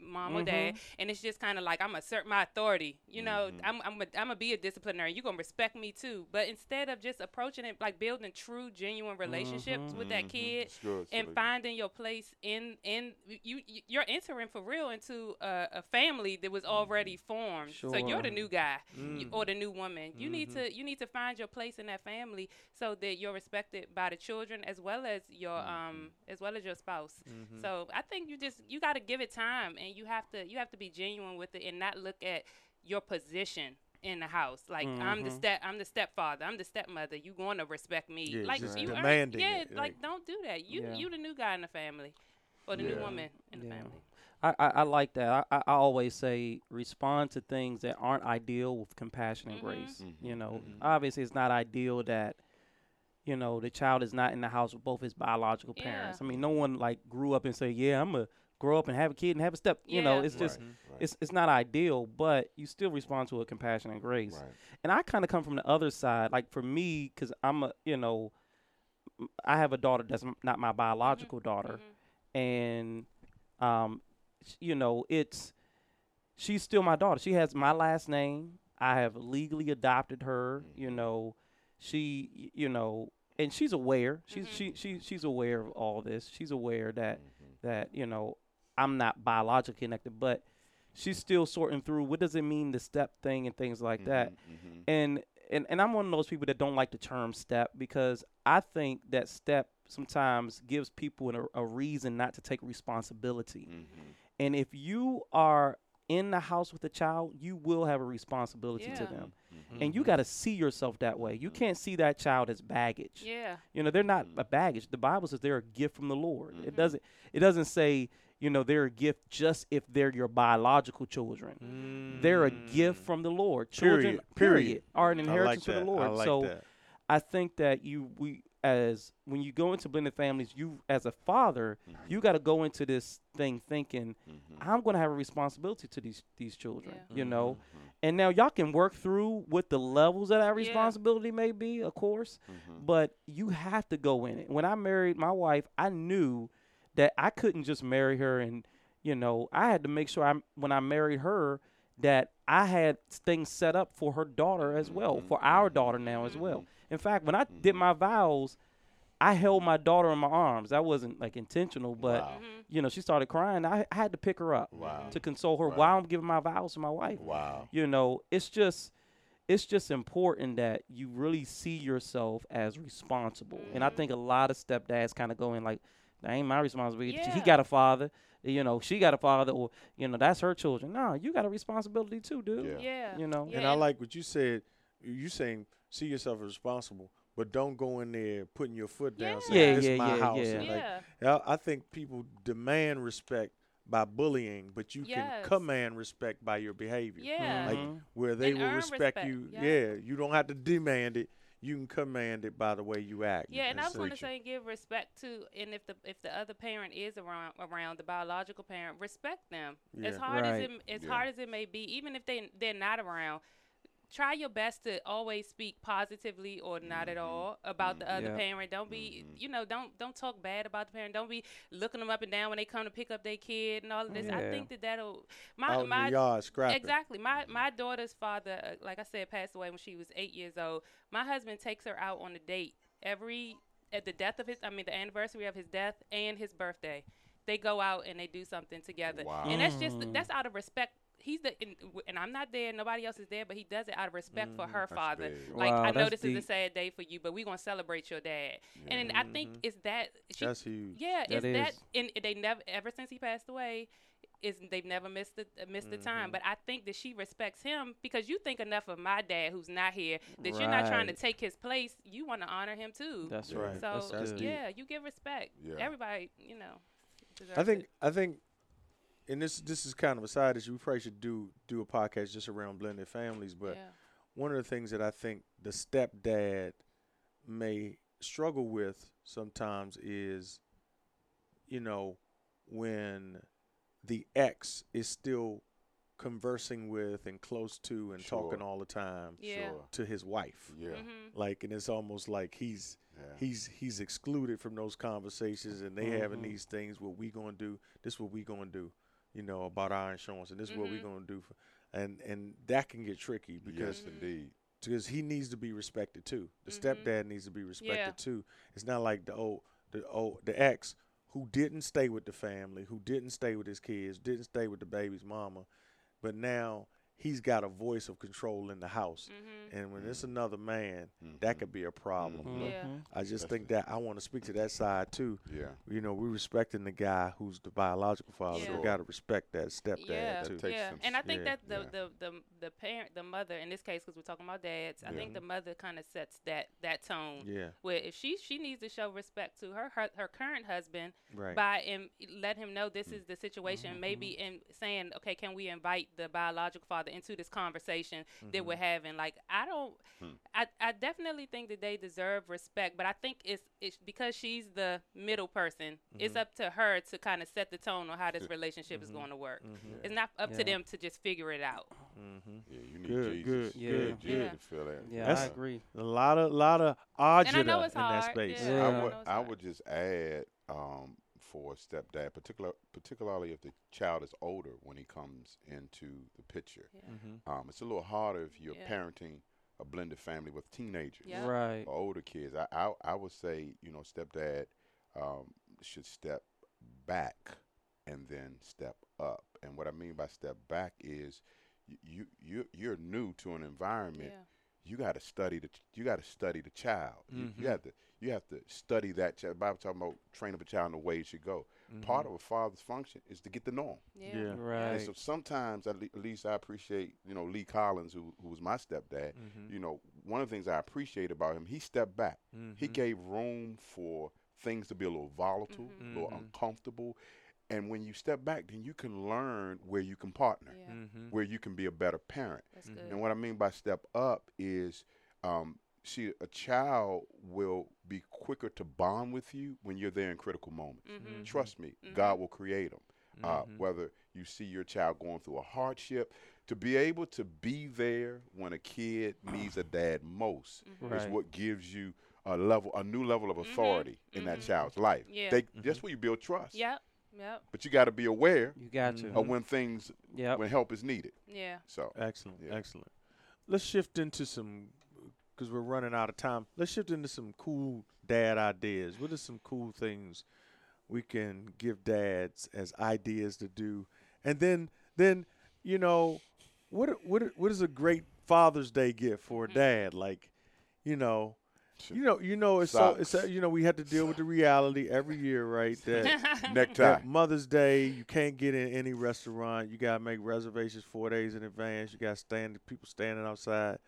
[SPEAKER 4] mom or dad, and it's just kind of like I'm assert my authority. You know,
[SPEAKER 2] Mhm.
[SPEAKER 4] I'm I'm a, I'm gonna be a disciplinarian. You're gonna respect me too. But instead of just approaching it like building true, genuine relationships
[SPEAKER 3] Mhm.
[SPEAKER 4] with that
[SPEAKER 2] Mhm.
[SPEAKER 4] kid.
[SPEAKER 2] Sure,
[SPEAKER 4] And
[SPEAKER 2] absolutely.
[SPEAKER 4] finding your place in in you you- you're entering for real into a, a family that was already formed. So you're the
[SPEAKER 3] Sure.
[SPEAKER 4] new guy you-
[SPEAKER 2] Mm-hmm.
[SPEAKER 1] Mm.
[SPEAKER 4] or the new woman. You need
[SPEAKER 1] Mhm.
[SPEAKER 4] to you need to find your place in that family so that you're respected by the children as well as your um as well as your spouse.
[SPEAKER 1] Mhm.
[SPEAKER 4] So I think you just you got to give it time, and you have to you have to be genuine with it, and not look at your position in the house. Like I'm
[SPEAKER 1] Mm-hmm.
[SPEAKER 4] the
[SPEAKER 3] Mhm.
[SPEAKER 4] step I'm the stepfather, I'm the stepmother. You going to respect me?
[SPEAKER 1] Yeah,
[SPEAKER 4] like
[SPEAKER 1] just
[SPEAKER 4] you earn-
[SPEAKER 1] demanding
[SPEAKER 4] yeah,
[SPEAKER 1] it,
[SPEAKER 4] like,
[SPEAKER 1] like-
[SPEAKER 4] don't do that. You
[SPEAKER 3] Yeah.
[SPEAKER 4] you the new guy in the family, or the new
[SPEAKER 2] Yeah.
[SPEAKER 4] woman in the
[SPEAKER 3] Yeah.
[SPEAKER 4] family.
[SPEAKER 3] I, I, I like that. I, I I always say respond to things that aren't ideal with compassion and
[SPEAKER 4] Mhm.
[SPEAKER 3] grace. You
[SPEAKER 2] Mhm.
[SPEAKER 3] know,
[SPEAKER 1] Mhm.
[SPEAKER 3] obviously it's not ideal that you know the child is not in the house with both his biological
[SPEAKER 4] Yeah.
[SPEAKER 3] parents. I mean, no one like grew up and say, "Yeah, I'm gonna grow up and have a kid and have a step." You know,
[SPEAKER 4] Yeah.
[SPEAKER 3] it's just
[SPEAKER 1] Right,
[SPEAKER 2] right.
[SPEAKER 3] it's it's not ideal, but you still respond to it compassion and grace.
[SPEAKER 2] Right.
[SPEAKER 3] And I kind of come from the other side. Like for me, because I'm a you know, m- I have a daughter that's m- not
[SPEAKER 4] Mm-hmm.
[SPEAKER 3] my biological daughter
[SPEAKER 4] Mhm.
[SPEAKER 3] and um, sh- you know, it's she's still my daughter. She has my last name. I have legally adopted her. You know, she, y- you know, and she's aware. She's
[SPEAKER 4] Mhm.
[SPEAKER 3] she she she's aware of all this. She's aware that
[SPEAKER 2] Mhm.
[SPEAKER 3] that you know I'm not biologically connected, but she's still sorting through what does it mean the step thing and things like that.
[SPEAKER 2] Mhm,
[SPEAKER 3] And and and I'm one of those people that don't like the term step because I think that step sometimes gives people an, a reason not to take responsibility.
[SPEAKER 4] Mm.
[SPEAKER 2] mhm,
[SPEAKER 3] And if you are in the house with a child, you will have a responsibility to
[SPEAKER 4] Yeah. Mm-hmm.
[SPEAKER 3] them.
[SPEAKER 2] mhm,
[SPEAKER 3] And you got to see yourself that way. You can't see that child as baggage.
[SPEAKER 4] Yeah. Mm-hmm.
[SPEAKER 3] You know, they're not
[SPEAKER 2] Mhm.
[SPEAKER 3] a baggage. The Bible says they're a gift from the Lord. It
[SPEAKER 2] Mhm.
[SPEAKER 3] doesn't it doesn't say, you know, they're a gift just if they're your biological children.
[SPEAKER 4] Mm.
[SPEAKER 3] They're a gift from the Lord. Children,
[SPEAKER 1] Mm. Period.
[SPEAKER 3] period,
[SPEAKER 1] Period.
[SPEAKER 3] are an
[SPEAKER 1] I
[SPEAKER 3] inheritance
[SPEAKER 1] like
[SPEAKER 3] from
[SPEAKER 1] that.
[SPEAKER 3] the Lord.
[SPEAKER 1] I like
[SPEAKER 3] so
[SPEAKER 1] that.
[SPEAKER 3] I think that you we as when you go into blended families, you as a father,
[SPEAKER 2] mhm,
[SPEAKER 3] you got to go into this thing thinking
[SPEAKER 2] mhm,
[SPEAKER 3] I'm going to have a responsibility to these these children,
[SPEAKER 4] Yeah.
[SPEAKER 3] you know.
[SPEAKER 1] Mm-hmm.
[SPEAKER 2] mhm,
[SPEAKER 3] And now y'all can work through what the levels of that
[SPEAKER 4] Yeah.
[SPEAKER 3] responsibility may be, of course,
[SPEAKER 2] mhm.
[SPEAKER 3] but you have to go in it. When I married my wife, I knew that I couldn't just marry her and you know, I had to make sure I when I married her that I had things set up for her daughter as well,
[SPEAKER 2] Mhm,
[SPEAKER 3] for our
[SPEAKER 2] mhm,
[SPEAKER 3] daughter now as well.
[SPEAKER 2] mhm.
[SPEAKER 3] In fact, when I did
[SPEAKER 2] Mhm.
[SPEAKER 3] my vows, I held my daughter in my arms. That wasn't like intentional, but
[SPEAKER 2] Wow.
[SPEAKER 4] Mhm.
[SPEAKER 3] you know, she started crying. I, I had to pick her up
[SPEAKER 2] Wow.
[SPEAKER 3] to console her
[SPEAKER 2] Right.
[SPEAKER 3] while I'm giving my vows to my wife.
[SPEAKER 2] Wow.
[SPEAKER 3] You know, it's just it's just important that you really see yourself as responsible. And I
[SPEAKER 4] Mhm.
[SPEAKER 3] think a lot of stepdads kind of go in like, that ain't my responsibility. He
[SPEAKER 4] Yeah.
[SPEAKER 3] got a father, you know, she got a father, or you know, that's her children. No, you got a responsibility too, dude.
[SPEAKER 4] Yeah.
[SPEAKER 3] You know.
[SPEAKER 1] And
[SPEAKER 4] Yeah,
[SPEAKER 1] I
[SPEAKER 4] and-
[SPEAKER 1] like what you said. You saying see yourself as responsible, but don't go in there putting your foot down.
[SPEAKER 4] Yeah.
[SPEAKER 1] Saying,
[SPEAKER 4] Yeah,
[SPEAKER 1] this
[SPEAKER 3] yeah,
[SPEAKER 1] my
[SPEAKER 3] yeah,
[SPEAKER 1] house.
[SPEAKER 3] yeah.
[SPEAKER 1] And like,
[SPEAKER 4] Yeah.
[SPEAKER 1] I- I think people demand respect by bullying, but you
[SPEAKER 4] Yes.
[SPEAKER 1] can command respect by your behavior.
[SPEAKER 4] Yeah.
[SPEAKER 1] mm-hmm. Like
[SPEAKER 3] Mhm.
[SPEAKER 1] where they
[SPEAKER 4] And
[SPEAKER 1] will
[SPEAKER 4] earn
[SPEAKER 1] respect,
[SPEAKER 4] respect,
[SPEAKER 1] you.
[SPEAKER 4] yeah.
[SPEAKER 1] Yeah, you don't have to demand it. You can command it by the way you act.
[SPEAKER 4] Yeah, and I was going to
[SPEAKER 1] preach it.
[SPEAKER 4] say give respect to, and if the if the other parent is around around the biological parent, respect them. As
[SPEAKER 1] Yeah.
[SPEAKER 4] hard as
[SPEAKER 3] Right.
[SPEAKER 4] it as
[SPEAKER 2] Yeah.
[SPEAKER 4] hard as it may be, even if they they're not around, try your best to always speak positively or not at
[SPEAKER 2] Mhm.
[SPEAKER 4] all about the
[SPEAKER 2] Mhm.
[SPEAKER 4] other
[SPEAKER 3] Yeah.
[SPEAKER 4] parent. Don't be,
[SPEAKER 2] Mhm.
[SPEAKER 4] you know, don't don't talk bad about the parent. Don't be looking them up and down when they come to pick up their kid and all of this. I
[SPEAKER 3] Yeah.
[SPEAKER 4] think that that'll my
[SPEAKER 1] out
[SPEAKER 4] my
[SPEAKER 1] in the yard scrapping.
[SPEAKER 4] Exactly. My my daughter's father, uh, like I said, passed away when she was eight years old. My husband takes her out on a date every at the death of his. I mean, the anniversary of his death and his birthday. They go out and they do something together.
[SPEAKER 2] Wow.
[SPEAKER 4] And that's just
[SPEAKER 3] Mm.
[SPEAKER 4] that's out of respect. He's the and, w- and I'm not there. Nobody else is there, but he does it out of respect for
[SPEAKER 1] Mm,
[SPEAKER 4] her
[SPEAKER 2] That's
[SPEAKER 4] father.
[SPEAKER 2] big.
[SPEAKER 4] Like I
[SPEAKER 3] Wow,
[SPEAKER 4] know this
[SPEAKER 3] that's
[SPEAKER 4] is a
[SPEAKER 3] deep.
[SPEAKER 4] sad day for you, but we're gonna celebrate your dad.
[SPEAKER 2] Yeah.
[SPEAKER 4] And then I think
[SPEAKER 1] Mhm.
[SPEAKER 4] it's that she
[SPEAKER 1] That's huge.
[SPEAKER 4] yeah,
[SPEAKER 3] Mm-hmm. That
[SPEAKER 4] it's that,
[SPEAKER 3] is.
[SPEAKER 4] and they never ever since he passed away, is they've never missed the uh, missed the time.
[SPEAKER 3] Mm-hmm.
[SPEAKER 1] Mhm.
[SPEAKER 4] But I think that she respects him because you think enough of my dad who's not here that you're not trying to
[SPEAKER 3] Right.
[SPEAKER 4] take his place. You want to honor him too.
[SPEAKER 3] That's
[SPEAKER 2] Yeah.
[SPEAKER 3] right.
[SPEAKER 4] so
[SPEAKER 3] That's
[SPEAKER 1] That's
[SPEAKER 3] good.
[SPEAKER 1] deep.
[SPEAKER 4] yeah, you give respect.
[SPEAKER 2] Yeah.
[SPEAKER 4] Everybody, you know.
[SPEAKER 1] I
[SPEAKER 4] deserves
[SPEAKER 1] think
[SPEAKER 4] it.
[SPEAKER 1] I think, and this this is kind of a side issue. We probably should do do a podcast just around blended families. But
[SPEAKER 4] yeah.
[SPEAKER 1] one of the things that I think the stepdad may struggle with sometimes is, you know, when the ex is still conversing with and close to and talking
[SPEAKER 2] Sure.
[SPEAKER 1] all the time
[SPEAKER 4] Yeah.
[SPEAKER 2] Sure.
[SPEAKER 1] to his wife.
[SPEAKER 2] Yeah.
[SPEAKER 4] Mhm.
[SPEAKER 1] Like, and it's almost like he's
[SPEAKER 2] yeah.
[SPEAKER 1] he's he's excluded from those conversations and they having
[SPEAKER 3] Mhm.
[SPEAKER 2] Mm-hmm.
[SPEAKER 1] these things what we gonna do this what we gonna do you know about our insurance and this what we
[SPEAKER 4] Mhm.
[SPEAKER 1] gonna do for, and and that can get tricky because
[SPEAKER 2] yes, indeed.
[SPEAKER 1] because he needs to be respected too the
[SPEAKER 4] Mhm.
[SPEAKER 1] stepdad needs to be respected
[SPEAKER 4] Yeah.
[SPEAKER 1] too it's not like the old the old the ex who didn't stay with the family who didn't stay with his kids didn't stay with the baby's mama but now he's got a voice of control in the house
[SPEAKER 4] Mhm.
[SPEAKER 1] and when it's
[SPEAKER 2] Mhm.
[SPEAKER 1] another man that
[SPEAKER 2] Mhm.
[SPEAKER 1] could be a problem
[SPEAKER 2] Mhm.
[SPEAKER 4] Yeah.
[SPEAKER 3] Mhm.
[SPEAKER 1] I just
[SPEAKER 2] That's
[SPEAKER 1] think that I want to speak to that side too.
[SPEAKER 2] Mm-hmm. Yeah.
[SPEAKER 1] You know, we're respecting the guy who's the biological father.
[SPEAKER 4] Yeah.
[SPEAKER 1] We got to respect that stepdad
[SPEAKER 4] Yeah.
[SPEAKER 1] too.
[SPEAKER 2] takes
[SPEAKER 4] yeah,
[SPEAKER 2] some
[SPEAKER 4] and I
[SPEAKER 2] s-
[SPEAKER 4] think
[SPEAKER 1] yeah,
[SPEAKER 4] that the,
[SPEAKER 2] yeah.
[SPEAKER 4] the the the parent, the mother in this case, because we're talking about dads, I
[SPEAKER 2] Yeah.
[SPEAKER 4] think the mother kind of sets that that tone.
[SPEAKER 1] Yeah,
[SPEAKER 4] Where if she she needs to show respect to her her, her current husband
[SPEAKER 1] right.
[SPEAKER 4] by and let him know this
[SPEAKER 2] Mm.
[SPEAKER 4] is the situation, maybe and saying, okay, can we invite the biological father other and to this conversation
[SPEAKER 1] Mm-hmm.
[SPEAKER 4] that we're having. Like I don't,
[SPEAKER 2] Mm-hmm. Hmm.
[SPEAKER 4] I, I definitely think that they deserve respect, but I think it's it's because she's the middle person. It's
[SPEAKER 2] Mm-hmm.
[SPEAKER 1] Mhm.
[SPEAKER 4] up to her to kind of set the tone on how this relationship is
[SPEAKER 1] Mhm.
[SPEAKER 4] going to work.
[SPEAKER 1] Mm-hmm.
[SPEAKER 4] It's not up
[SPEAKER 3] Yeah.
[SPEAKER 4] to them to just figure it out.
[SPEAKER 1] Mm-hmm.
[SPEAKER 2] Yeah, you need
[SPEAKER 1] Good,
[SPEAKER 2] Jesus.
[SPEAKER 1] good,
[SPEAKER 2] You
[SPEAKER 3] good,
[SPEAKER 2] need Jesus
[SPEAKER 4] Yeah.
[SPEAKER 2] to feel that.
[SPEAKER 3] Yeah, I
[SPEAKER 1] That's-
[SPEAKER 3] agree.
[SPEAKER 1] A lot of lot of agita
[SPEAKER 4] And I know
[SPEAKER 1] in
[SPEAKER 4] it's
[SPEAKER 1] that
[SPEAKER 4] hard,
[SPEAKER 1] space.
[SPEAKER 4] yeah.
[SPEAKER 2] I
[SPEAKER 3] Yeah.
[SPEAKER 2] would
[SPEAKER 4] No, it's
[SPEAKER 2] I
[SPEAKER 4] not.
[SPEAKER 2] would just add um, for a stepdad, particular particularly if the child is older when he comes into the picture.
[SPEAKER 4] Yeah.
[SPEAKER 1] Mm-hmm.
[SPEAKER 2] Um, it's a little harder if you're
[SPEAKER 4] Yeah.
[SPEAKER 2] parenting a blended family with teenagers
[SPEAKER 4] Yeah.
[SPEAKER 3] Right.
[SPEAKER 2] or older kids. I, I I would say you know stepdad um, should step back and then step up. And what I mean by step back is y- you you you're new to an environment you got to study the ch- you got to study the child. You,
[SPEAKER 3] Mhm.
[SPEAKER 2] you have to you have to study that child. The Bible talking about train up a child in the way it should go.
[SPEAKER 3] Mm-hmm.
[SPEAKER 2] Part of a father's function is to get to know him.
[SPEAKER 4] Yeah.
[SPEAKER 1] Yeah.
[SPEAKER 2] And
[SPEAKER 3] Right.
[SPEAKER 2] so sometimes, at, le- at least I appreciate you know Lee Collins, who who was my stepdad.
[SPEAKER 1] Mm-hmm.
[SPEAKER 2] You know, one of the things I appreciate about him, he stepped back. He
[SPEAKER 1] Mm-hmm.
[SPEAKER 2] gave room for things to be a little volatile,
[SPEAKER 1] Mhm.
[SPEAKER 2] a little
[SPEAKER 1] Mhm.
[SPEAKER 2] uncomfortable. And when you step back, then you can learn where you can partner,
[SPEAKER 4] Yeah.
[SPEAKER 1] Mm-hmm.
[SPEAKER 2] where you can be a better parent.
[SPEAKER 4] That's
[SPEAKER 1] Mhm.
[SPEAKER 4] good.
[SPEAKER 2] And what I mean by step up is, um, see, a child will be quicker to bond with you when you're there in critical moments.
[SPEAKER 4] Mhm.
[SPEAKER 2] Trust me,
[SPEAKER 4] Mhm.
[SPEAKER 2] God will create them. Uh,
[SPEAKER 1] Mm-hmm.
[SPEAKER 2] whether you see your child going through a hardship, to be able to be there when a kid needs a dad most
[SPEAKER 4] Mm-hmm.
[SPEAKER 2] is
[SPEAKER 3] Right.
[SPEAKER 2] what gives you a level, a new level of
[SPEAKER 4] Mhm.
[SPEAKER 2] authority in that
[SPEAKER 4] Mhm.
[SPEAKER 2] child's life.
[SPEAKER 4] Yeah.
[SPEAKER 2] They,
[SPEAKER 1] Mm-hmm.
[SPEAKER 2] That's where you build trust.
[SPEAKER 4] Yep. Yep.
[SPEAKER 2] But you got to be aware
[SPEAKER 3] You got
[SPEAKER 4] Mm-hmm.
[SPEAKER 3] to.
[SPEAKER 1] Mm-hmm.
[SPEAKER 2] of when things,
[SPEAKER 3] Yep.
[SPEAKER 2] when help is needed.
[SPEAKER 4] Yeah.
[SPEAKER 2] So,
[SPEAKER 1] Excellent.
[SPEAKER 2] Yeah.
[SPEAKER 1] Excellent. Let's shift into some because we're running out of time. Let's shift into some cool dad ideas. What are some cool things we can give dads as ideas to do? And then then you know what are- what are- what is a great Father's Day gift for a dad? Like you know. You know, you know, it's so, it's so,
[SPEAKER 2] Socks.
[SPEAKER 1] you know, we have to deal with the reality every year, right? That
[SPEAKER 2] necktie.
[SPEAKER 1] that Mother's Day, you can't get in any restaurant. You gotta make reservations four days in advance. You got stand people standing outside.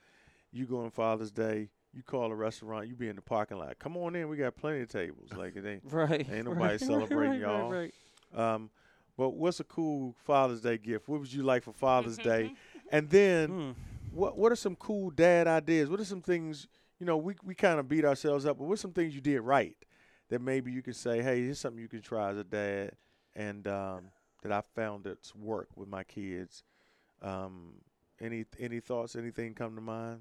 [SPEAKER 1] You go on Father's Day, you call a restaurant, you be in the parking lot. Come on in, we got plenty of tables. Like it ain't.
[SPEAKER 3] Right.
[SPEAKER 1] Ain't nobody
[SPEAKER 3] right, right,
[SPEAKER 1] celebrating,
[SPEAKER 3] right,
[SPEAKER 1] y'all.
[SPEAKER 3] Right, right.
[SPEAKER 1] Um, but what's a cool Father's Day gift? What would you like for Father's Day? And then
[SPEAKER 3] Mm.
[SPEAKER 1] what what are some cool dad ideas? What are some things you know we we kind of beat ourselves up, but what's some things you did right that maybe you can say, hey, here's something you can try as a dad, and um, that I found that's work with my kids. Um, any any thoughts? Anything come to mind?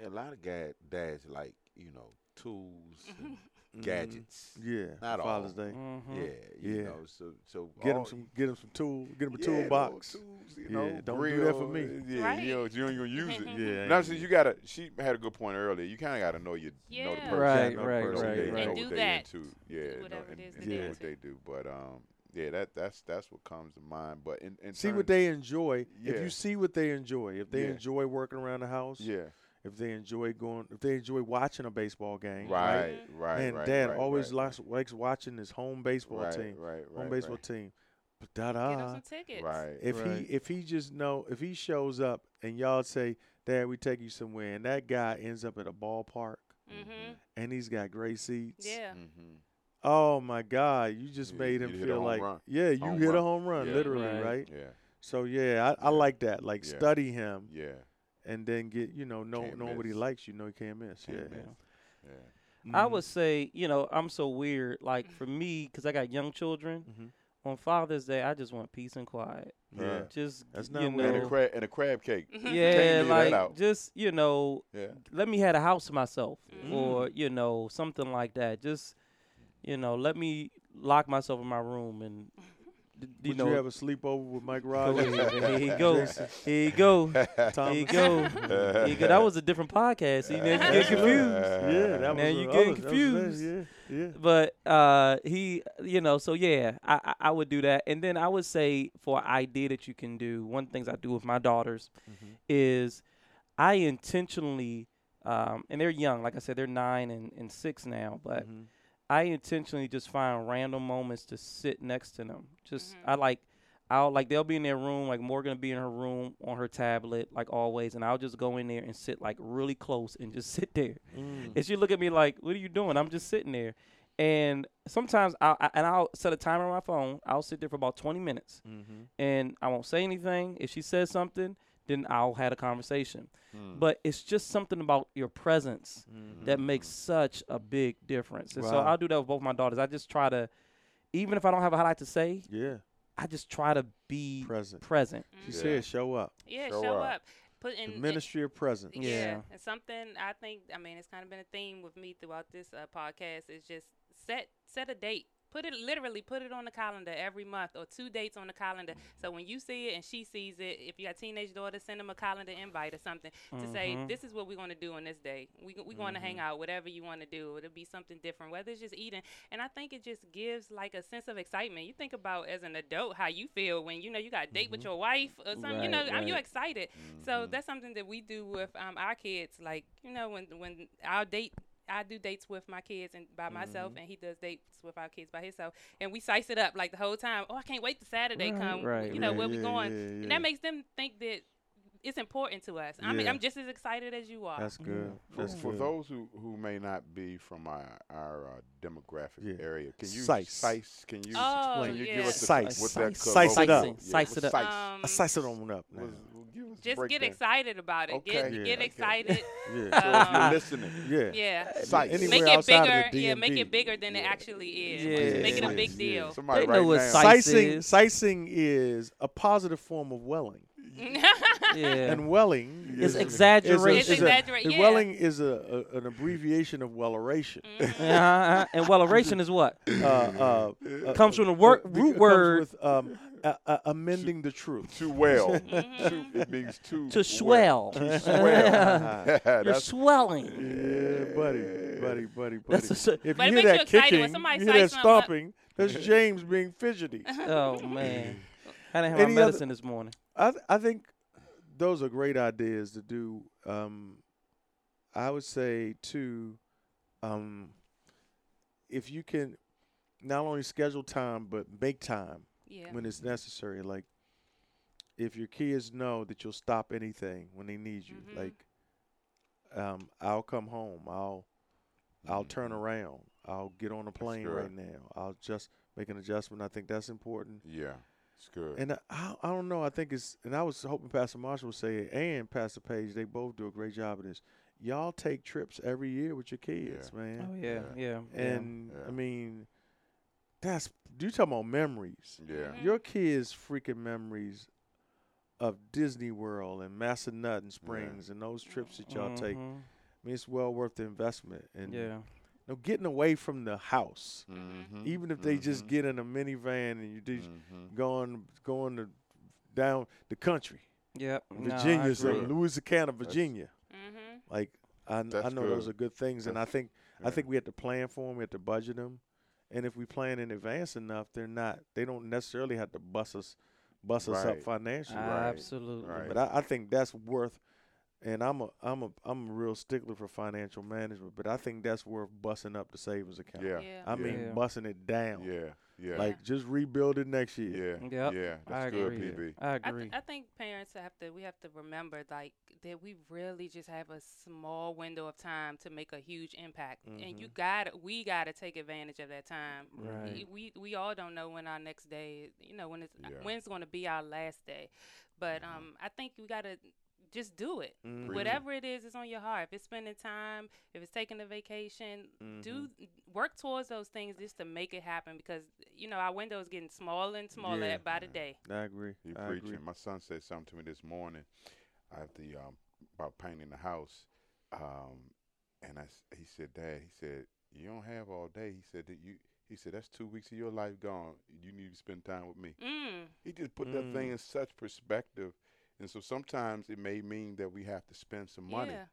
[SPEAKER 2] Yeah, a lot of guy, dads like you know tools,
[SPEAKER 4] Mm-hmm.
[SPEAKER 2] and
[SPEAKER 1] Mm-hmm.
[SPEAKER 2] gadgets.
[SPEAKER 1] Yeah, for
[SPEAKER 2] Not all.
[SPEAKER 1] Father's Day.
[SPEAKER 3] Mhm.
[SPEAKER 2] Yeah, you
[SPEAKER 1] Mm-hmm. Yeah.
[SPEAKER 2] know. So so
[SPEAKER 1] Get
[SPEAKER 2] all-
[SPEAKER 1] them some get them some tool. Get them a
[SPEAKER 2] yeah, little
[SPEAKER 1] toolbox.
[SPEAKER 2] tools, you
[SPEAKER 1] Yeah,
[SPEAKER 2] know,
[SPEAKER 1] don't do that for
[SPEAKER 2] grill,
[SPEAKER 1] me.
[SPEAKER 2] Yeah,
[SPEAKER 4] Right.
[SPEAKER 2] you know, you ain't gonna use it.
[SPEAKER 1] Yeah,
[SPEAKER 2] Now
[SPEAKER 1] ain't-
[SPEAKER 2] since you gotta, she had a good point earlier. You kind of gotta know your know the
[SPEAKER 4] Yeah.
[SPEAKER 2] person,
[SPEAKER 3] Right,
[SPEAKER 1] no
[SPEAKER 3] right,
[SPEAKER 2] know
[SPEAKER 1] person
[SPEAKER 2] what they
[SPEAKER 1] date.
[SPEAKER 3] right, right.
[SPEAKER 2] know
[SPEAKER 4] And do
[SPEAKER 2] what they
[SPEAKER 4] that.
[SPEAKER 2] into. Yeah, know,
[SPEAKER 4] whatever it
[SPEAKER 2] and,
[SPEAKER 4] is
[SPEAKER 2] and
[SPEAKER 1] that
[SPEAKER 2] do
[SPEAKER 1] they
[SPEAKER 2] what they do. But um, yeah, that that's that's what comes to mind. But in, in
[SPEAKER 1] See
[SPEAKER 2] terms-
[SPEAKER 1] what they enjoy. If
[SPEAKER 2] Yeah.
[SPEAKER 1] you see what they enjoy, if they
[SPEAKER 2] Yeah.
[SPEAKER 1] enjoy working around the house,
[SPEAKER 2] yeah,
[SPEAKER 1] if they enjoy going, if they enjoy watching a baseball game, right?
[SPEAKER 2] right,
[SPEAKER 4] Mm-hmm.
[SPEAKER 2] right,
[SPEAKER 1] Man,
[SPEAKER 2] right,
[SPEAKER 1] Dad
[SPEAKER 2] right,
[SPEAKER 1] always
[SPEAKER 2] right,
[SPEAKER 1] likes likes watching his home baseball
[SPEAKER 2] right,
[SPEAKER 1] team,
[SPEAKER 2] right, right,
[SPEAKER 1] home baseball
[SPEAKER 2] right,
[SPEAKER 1] team. But da
[SPEAKER 4] Get them
[SPEAKER 1] da,
[SPEAKER 4] some tickets.
[SPEAKER 2] right.
[SPEAKER 1] if
[SPEAKER 3] Right.
[SPEAKER 1] he if he just know if he shows up and y'all say, Dad, we take you somewhere, and that guy ends up at a ballpark
[SPEAKER 4] Mm-hmm.
[SPEAKER 1] and he's got great seats.
[SPEAKER 4] Yeah.
[SPEAKER 2] Mm-hmm.
[SPEAKER 1] Oh my God, you just
[SPEAKER 2] You-
[SPEAKER 1] made
[SPEAKER 2] you
[SPEAKER 1] him
[SPEAKER 2] hit a
[SPEAKER 1] feel
[SPEAKER 2] home
[SPEAKER 1] like
[SPEAKER 2] run.
[SPEAKER 1] yeah, you
[SPEAKER 2] Home
[SPEAKER 1] hit a
[SPEAKER 2] run.
[SPEAKER 1] home run,
[SPEAKER 2] Yeah.
[SPEAKER 1] literally,
[SPEAKER 3] Right.
[SPEAKER 1] right?
[SPEAKER 2] Yeah,
[SPEAKER 1] So yeah, I, I
[SPEAKER 2] Yeah.
[SPEAKER 1] like that. Like
[SPEAKER 2] Yeah.
[SPEAKER 1] study him
[SPEAKER 2] yeah,
[SPEAKER 1] and then get you know know
[SPEAKER 2] Can't
[SPEAKER 1] knowing what he
[SPEAKER 2] miss.
[SPEAKER 1] likes. You know he can't miss.
[SPEAKER 2] Can't
[SPEAKER 1] yeah.
[SPEAKER 2] miss. yeah.
[SPEAKER 3] I
[SPEAKER 1] Mhm.
[SPEAKER 3] would say, you know, I'm so weird. Like for me, because I got young children.
[SPEAKER 1] Mhm.
[SPEAKER 3] On Father's Day, I just want peace and quiet.
[SPEAKER 1] Yeah.
[SPEAKER 3] Just
[SPEAKER 1] That's
[SPEAKER 3] g-
[SPEAKER 1] not
[SPEAKER 3] you
[SPEAKER 1] weird.
[SPEAKER 2] And a
[SPEAKER 1] No.
[SPEAKER 3] know,
[SPEAKER 2] crab and a crab cake.
[SPEAKER 4] Mm-hmm.
[SPEAKER 3] yeah,
[SPEAKER 2] leave that
[SPEAKER 3] like
[SPEAKER 2] out.
[SPEAKER 3] just you know,
[SPEAKER 2] Yeah.
[SPEAKER 3] let me have a house to myself,
[SPEAKER 4] Mm.
[SPEAKER 3] or you know, something like that. Just you know, let me lock myself in my room and d- d- you
[SPEAKER 1] Would
[SPEAKER 3] know.
[SPEAKER 1] you have a sleepover with Mike Rogers?
[SPEAKER 3] Oh, here he goes. Here he go. Here he
[SPEAKER 1] Thomas?
[SPEAKER 3] go. Here he go. That was a different podcast. See, now you get confused.
[SPEAKER 1] Yeah, that was
[SPEAKER 3] Man,
[SPEAKER 1] the
[SPEAKER 3] you getting
[SPEAKER 1] others. That was us,
[SPEAKER 3] confused.
[SPEAKER 1] Yeah, yeah.
[SPEAKER 3] but uh he you know so yeah I, I i would do that and then i would say for an idea that you can do one of the things i do with my daughters
[SPEAKER 1] Mhm.
[SPEAKER 3] is i intentionally um and they're young like i said they're nine and, and six now but
[SPEAKER 1] Mhm.
[SPEAKER 3] i intentionally just find random moments to sit next to them just
[SPEAKER 4] Mhm.
[SPEAKER 3] i like I'll like they'll be in their room, like Morgan will be in her room on her tablet, like always, and I'll just go in there and sit like really close and just sit there.
[SPEAKER 1] Mm-hmm.
[SPEAKER 3] And she look at me like, "What are you doing?" I'm just sitting there. And sometimes I, I and I'll set a timer on my phone. I'll sit there for about 20 minutes,
[SPEAKER 1] Mhm.
[SPEAKER 3] and I won't say anything. If she says something, then I'll had a conversation.
[SPEAKER 2] Hmm.
[SPEAKER 1] Mm.
[SPEAKER 3] But it's just something about your presence
[SPEAKER 1] Mm-hmm.
[SPEAKER 3] that
[SPEAKER 2] Mhm.
[SPEAKER 3] makes such a big difference. And so
[SPEAKER 1] Wow.
[SPEAKER 3] I'll do that with both my daughters. I just try to, even if I don't have a highlight to say,
[SPEAKER 1] Yeah,
[SPEAKER 3] I just try to be
[SPEAKER 1] present.
[SPEAKER 3] present.
[SPEAKER 1] Mm-hmm. She
[SPEAKER 2] Yeah.
[SPEAKER 1] said, "Show up."
[SPEAKER 4] Mm-hmm. Yeah,
[SPEAKER 2] Show
[SPEAKER 4] show,
[SPEAKER 2] up.
[SPEAKER 4] up. Put in
[SPEAKER 1] the
[SPEAKER 4] in-
[SPEAKER 1] ministry of presence.
[SPEAKER 4] Yeah.
[SPEAKER 3] Yeah.
[SPEAKER 4] and something I think I mean it's kind of been a theme with me throughout this uh, podcast is just set set a date. Put it literally put it on the calendar every month or two dates on the calendar. So when you see it and she sees it, if you got teenage daughter, send them a calendar invite or something to say
[SPEAKER 3] Mhm.
[SPEAKER 4] this is what we're going to do on this day. We we going to
[SPEAKER 3] Mm-hmm.
[SPEAKER 4] hang out, whatever you want to do. It'll be something different, whether it's just eating. And I think it just gives like a sense of excitement. You think about as an adult how you feel when you know you got a date with your wife or something. you
[SPEAKER 3] Mm-hmm. Right,
[SPEAKER 4] know, are you
[SPEAKER 3] right. Mm-hmm.
[SPEAKER 4] excited? So
[SPEAKER 2] Mhm.
[SPEAKER 4] that's something that we do with um, our kids. Like you know, when when our date, I do dates with my kids and by
[SPEAKER 3] Mm-hmm.
[SPEAKER 4] myself, and he does dates with our kids by himself, and we size it up like the whole time. Oh, I can't wait to Saturday
[SPEAKER 3] Right,
[SPEAKER 4] come.
[SPEAKER 3] right,
[SPEAKER 4] you know
[SPEAKER 1] yeah,
[SPEAKER 4] where we
[SPEAKER 1] yeah,
[SPEAKER 4] going,
[SPEAKER 1] yeah,
[SPEAKER 4] and
[SPEAKER 1] yeah.
[SPEAKER 4] that makes them think that it's important to us. I mean,
[SPEAKER 1] Yeah.
[SPEAKER 4] I'm just as excited as you are.
[SPEAKER 1] That's
[SPEAKER 3] Yeah.
[SPEAKER 1] good.
[SPEAKER 2] For,
[SPEAKER 1] That's
[SPEAKER 2] for
[SPEAKER 1] good.
[SPEAKER 2] those who, who may not be from our our uh, demographic
[SPEAKER 1] Yeah.
[SPEAKER 2] area, can you
[SPEAKER 1] Sice.
[SPEAKER 2] sice? Can you
[SPEAKER 4] Oh,
[SPEAKER 2] can you
[SPEAKER 4] yeah.
[SPEAKER 2] give us a,
[SPEAKER 1] Sice.
[SPEAKER 2] what that
[SPEAKER 1] Sice. Sice it
[SPEAKER 2] colloquial-
[SPEAKER 1] up.
[SPEAKER 2] yeah,
[SPEAKER 3] Sice it up.
[SPEAKER 2] sice?
[SPEAKER 1] I slice it on up now.
[SPEAKER 2] Was- well, give us a
[SPEAKER 4] Um, just get
[SPEAKER 2] breakdown.
[SPEAKER 4] excited about it. Get
[SPEAKER 2] Okay.
[SPEAKER 1] Yeah.
[SPEAKER 4] get
[SPEAKER 1] Okay.
[SPEAKER 4] excited.
[SPEAKER 1] Yeah,
[SPEAKER 2] So if you're
[SPEAKER 4] Um,
[SPEAKER 2] listening,
[SPEAKER 1] yeah.
[SPEAKER 4] yeah.
[SPEAKER 2] sice.
[SPEAKER 1] Anywhere
[SPEAKER 4] Make it
[SPEAKER 1] outside
[SPEAKER 4] bigger.
[SPEAKER 1] of the
[SPEAKER 4] Yeah, make
[SPEAKER 1] DMV.
[SPEAKER 4] it bigger than it actually is.
[SPEAKER 3] Yeah.
[SPEAKER 4] Make it a
[SPEAKER 1] Yeah.
[SPEAKER 4] big
[SPEAKER 1] Yeah.
[SPEAKER 4] deal.
[SPEAKER 2] Somebody
[SPEAKER 3] They
[SPEAKER 2] right
[SPEAKER 3] know what
[SPEAKER 2] now.
[SPEAKER 3] sice
[SPEAKER 1] Sicing,
[SPEAKER 3] is-
[SPEAKER 1] sicing is a positive form of welling,
[SPEAKER 3] Yeah.
[SPEAKER 1] and welling
[SPEAKER 2] It's
[SPEAKER 1] is is a- is
[SPEAKER 2] ex-
[SPEAKER 1] a-
[SPEAKER 4] It's
[SPEAKER 3] exaggeration.
[SPEAKER 4] exaggerate-
[SPEAKER 1] and
[SPEAKER 4] yeah.
[SPEAKER 1] Welling is a, a an abbreviation of welleration.
[SPEAKER 4] Mhm.
[SPEAKER 3] uh-huh. And welleration is what?
[SPEAKER 4] Mm.
[SPEAKER 1] Uh, uh, uh,
[SPEAKER 3] Comes from the wor-
[SPEAKER 1] uh, it
[SPEAKER 3] root
[SPEAKER 1] comes
[SPEAKER 3] word
[SPEAKER 1] with um, uh, uh, amending the truth.
[SPEAKER 2] Too well.
[SPEAKER 4] Mhm.
[SPEAKER 2] Too- it means too
[SPEAKER 3] to
[SPEAKER 2] well.
[SPEAKER 3] swell.
[SPEAKER 2] To swell. Uh-huh.
[SPEAKER 3] You're
[SPEAKER 2] That's
[SPEAKER 3] swelling.
[SPEAKER 1] Yeah, buddy, buddy, buddy, buddy.
[SPEAKER 3] That's a s-
[SPEAKER 1] if
[SPEAKER 4] But
[SPEAKER 1] you hear
[SPEAKER 4] it makes you
[SPEAKER 1] that
[SPEAKER 4] excited when
[SPEAKER 1] kicking,
[SPEAKER 4] somebody
[SPEAKER 1] you hear that
[SPEAKER 4] sites them up.
[SPEAKER 1] stomping. That's James being fidgety.
[SPEAKER 3] Oh man, I didn't have
[SPEAKER 1] Any
[SPEAKER 3] my
[SPEAKER 1] other-
[SPEAKER 3] medicine this morning.
[SPEAKER 1] I th- I think those are great ideas to do. Um, I would say too, um, if you can not only schedule time but make time
[SPEAKER 4] Yeah.
[SPEAKER 1] when it's necessary. Like if your kids know that you'll stop anything when they need you,
[SPEAKER 4] Mhm.
[SPEAKER 1] like um, I'll come home. I'll I'll turn around. I'll get on a plane
[SPEAKER 2] good.
[SPEAKER 1] right now. I'll just make an adjustment. I think that's important.
[SPEAKER 2] yeah. It's good.
[SPEAKER 1] And I, I don't know. I think it's, and I was hoping Pastor Marshall would say it, and Pastor Page, they both do a great job of this. Y'all take trips every year with your kids, man.
[SPEAKER 3] Oh yeah, yeah.
[SPEAKER 1] And
[SPEAKER 2] yeah.
[SPEAKER 1] I mean, that's you talking about memories.
[SPEAKER 2] yeah.
[SPEAKER 4] Mhm.
[SPEAKER 1] Your kids' freaking memories of Disney World and Massanutten Springs and those trips that y'all take. I
[SPEAKER 3] Mhm.
[SPEAKER 1] mean, it's well worth the investment. And
[SPEAKER 3] Yeah, Mm-hmm.
[SPEAKER 1] you know, getting away from the house,
[SPEAKER 4] Mm-hmm.
[SPEAKER 2] Mhm.
[SPEAKER 1] even if they just
[SPEAKER 2] Mhm.
[SPEAKER 1] get in a minivan and you do
[SPEAKER 2] Mhm.
[SPEAKER 1] going going to down the country,
[SPEAKER 3] yeah. No, I
[SPEAKER 1] Virginia, so
[SPEAKER 3] agree.
[SPEAKER 2] agree.
[SPEAKER 1] Louisiana, Virginia.
[SPEAKER 4] Mm-hmm.
[SPEAKER 1] Like I, kn- I
[SPEAKER 2] That's
[SPEAKER 1] know those
[SPEAKER 2] good.
[SPEAKER 1] are good things, and I think I
[SPEAKER 2] yeah.
[SPEAKER 1] think we have to plan for them, we have to budget them, and if we plan in advance enough, they're not they don't necessarily have to bust us bust us up
[SPEAKER 2] Right.
[SPEAKER 1] financially.
[SPEAKER 3] Absolutely.
[SPEAKER 2] Right.
[SPEAKER 1] But I, I think that's worth. And I'm a I'm a I'm a real stickler for financial management, but I think that's worth busting up the savings account.
[SPEAKER 2] Yeah.
[SPEAKER 4] Yeah.
[SPEAKER 1] I mean
[SPEAKER 3] Yeah.
[SPEAKER 1] busting it down.
[SPEAKER 2] Yeah. Yeah.
[SPEAKER 1] Like just rebuild it next year.
[SPEAKER 2] yeah.
[SPEAKER 3] Yep.
[SPEAKER 2] Yeah.
[SPEAKER 3] I
[SPEAKER 2] That's good,
[SPEAKER 3] agree.
[SPEAKER 2] PB.
[SPEAKER 3] I
[SPEAKER 4] I, thi-
[SPEAKER 3] agree.
[SPEAKER 4] I think parents have to. We have to remember, like, that we really just have a small window of time to make a huge impact, and you got. to We got to take advantage of that time.
[SPEAKER 3] Right.
[SPEAKER 4] Y- We we all don't know when our next day. is- You know when it's uh,
[SPEAKER 2] Yeah.
[SPEAKER 4] when's going to be our last day, but um, I think we got to just do it.
[SPEAKER 1] Mhm.
[SPEAKER 2] Preach.
[SPEAKER 4] Whatever it is, it's on your heart. If it's spending time, if it's taking a vacation,
[SPEAKER 1] Mm-hmm.
[SPEAKER 2] Mm-hmm.
[SPEAKER 4] do work towards those things just to make it happen. Because you know our window is getting smaller and smaller
[SPEAKER 1] Yeah.
[SPEAKER 4] by the day.
[SPEAKER 1] I agree.
[SPEAKER 2] You
[SPEAKER 1] I
[SPEAKER 2] preaching.
[SPEAKER 1] agree.
[SPEAKER 2] My son said something to me this morning at the um, about painting the house, um, and I s- he said, "Dad," he said, "You don't have all day." He said that you. He said that's two weeks of your life gone. You need to spend time with me.
[SPEAKER 4] Mm.
[SPEAKER 2] He just put that
[SPEAKER 3] Mm.
[SPEAKER 2] thing in such perspective, and so sometimes it may mean that we have to spend some money
[SPEAKER 4] Yeah.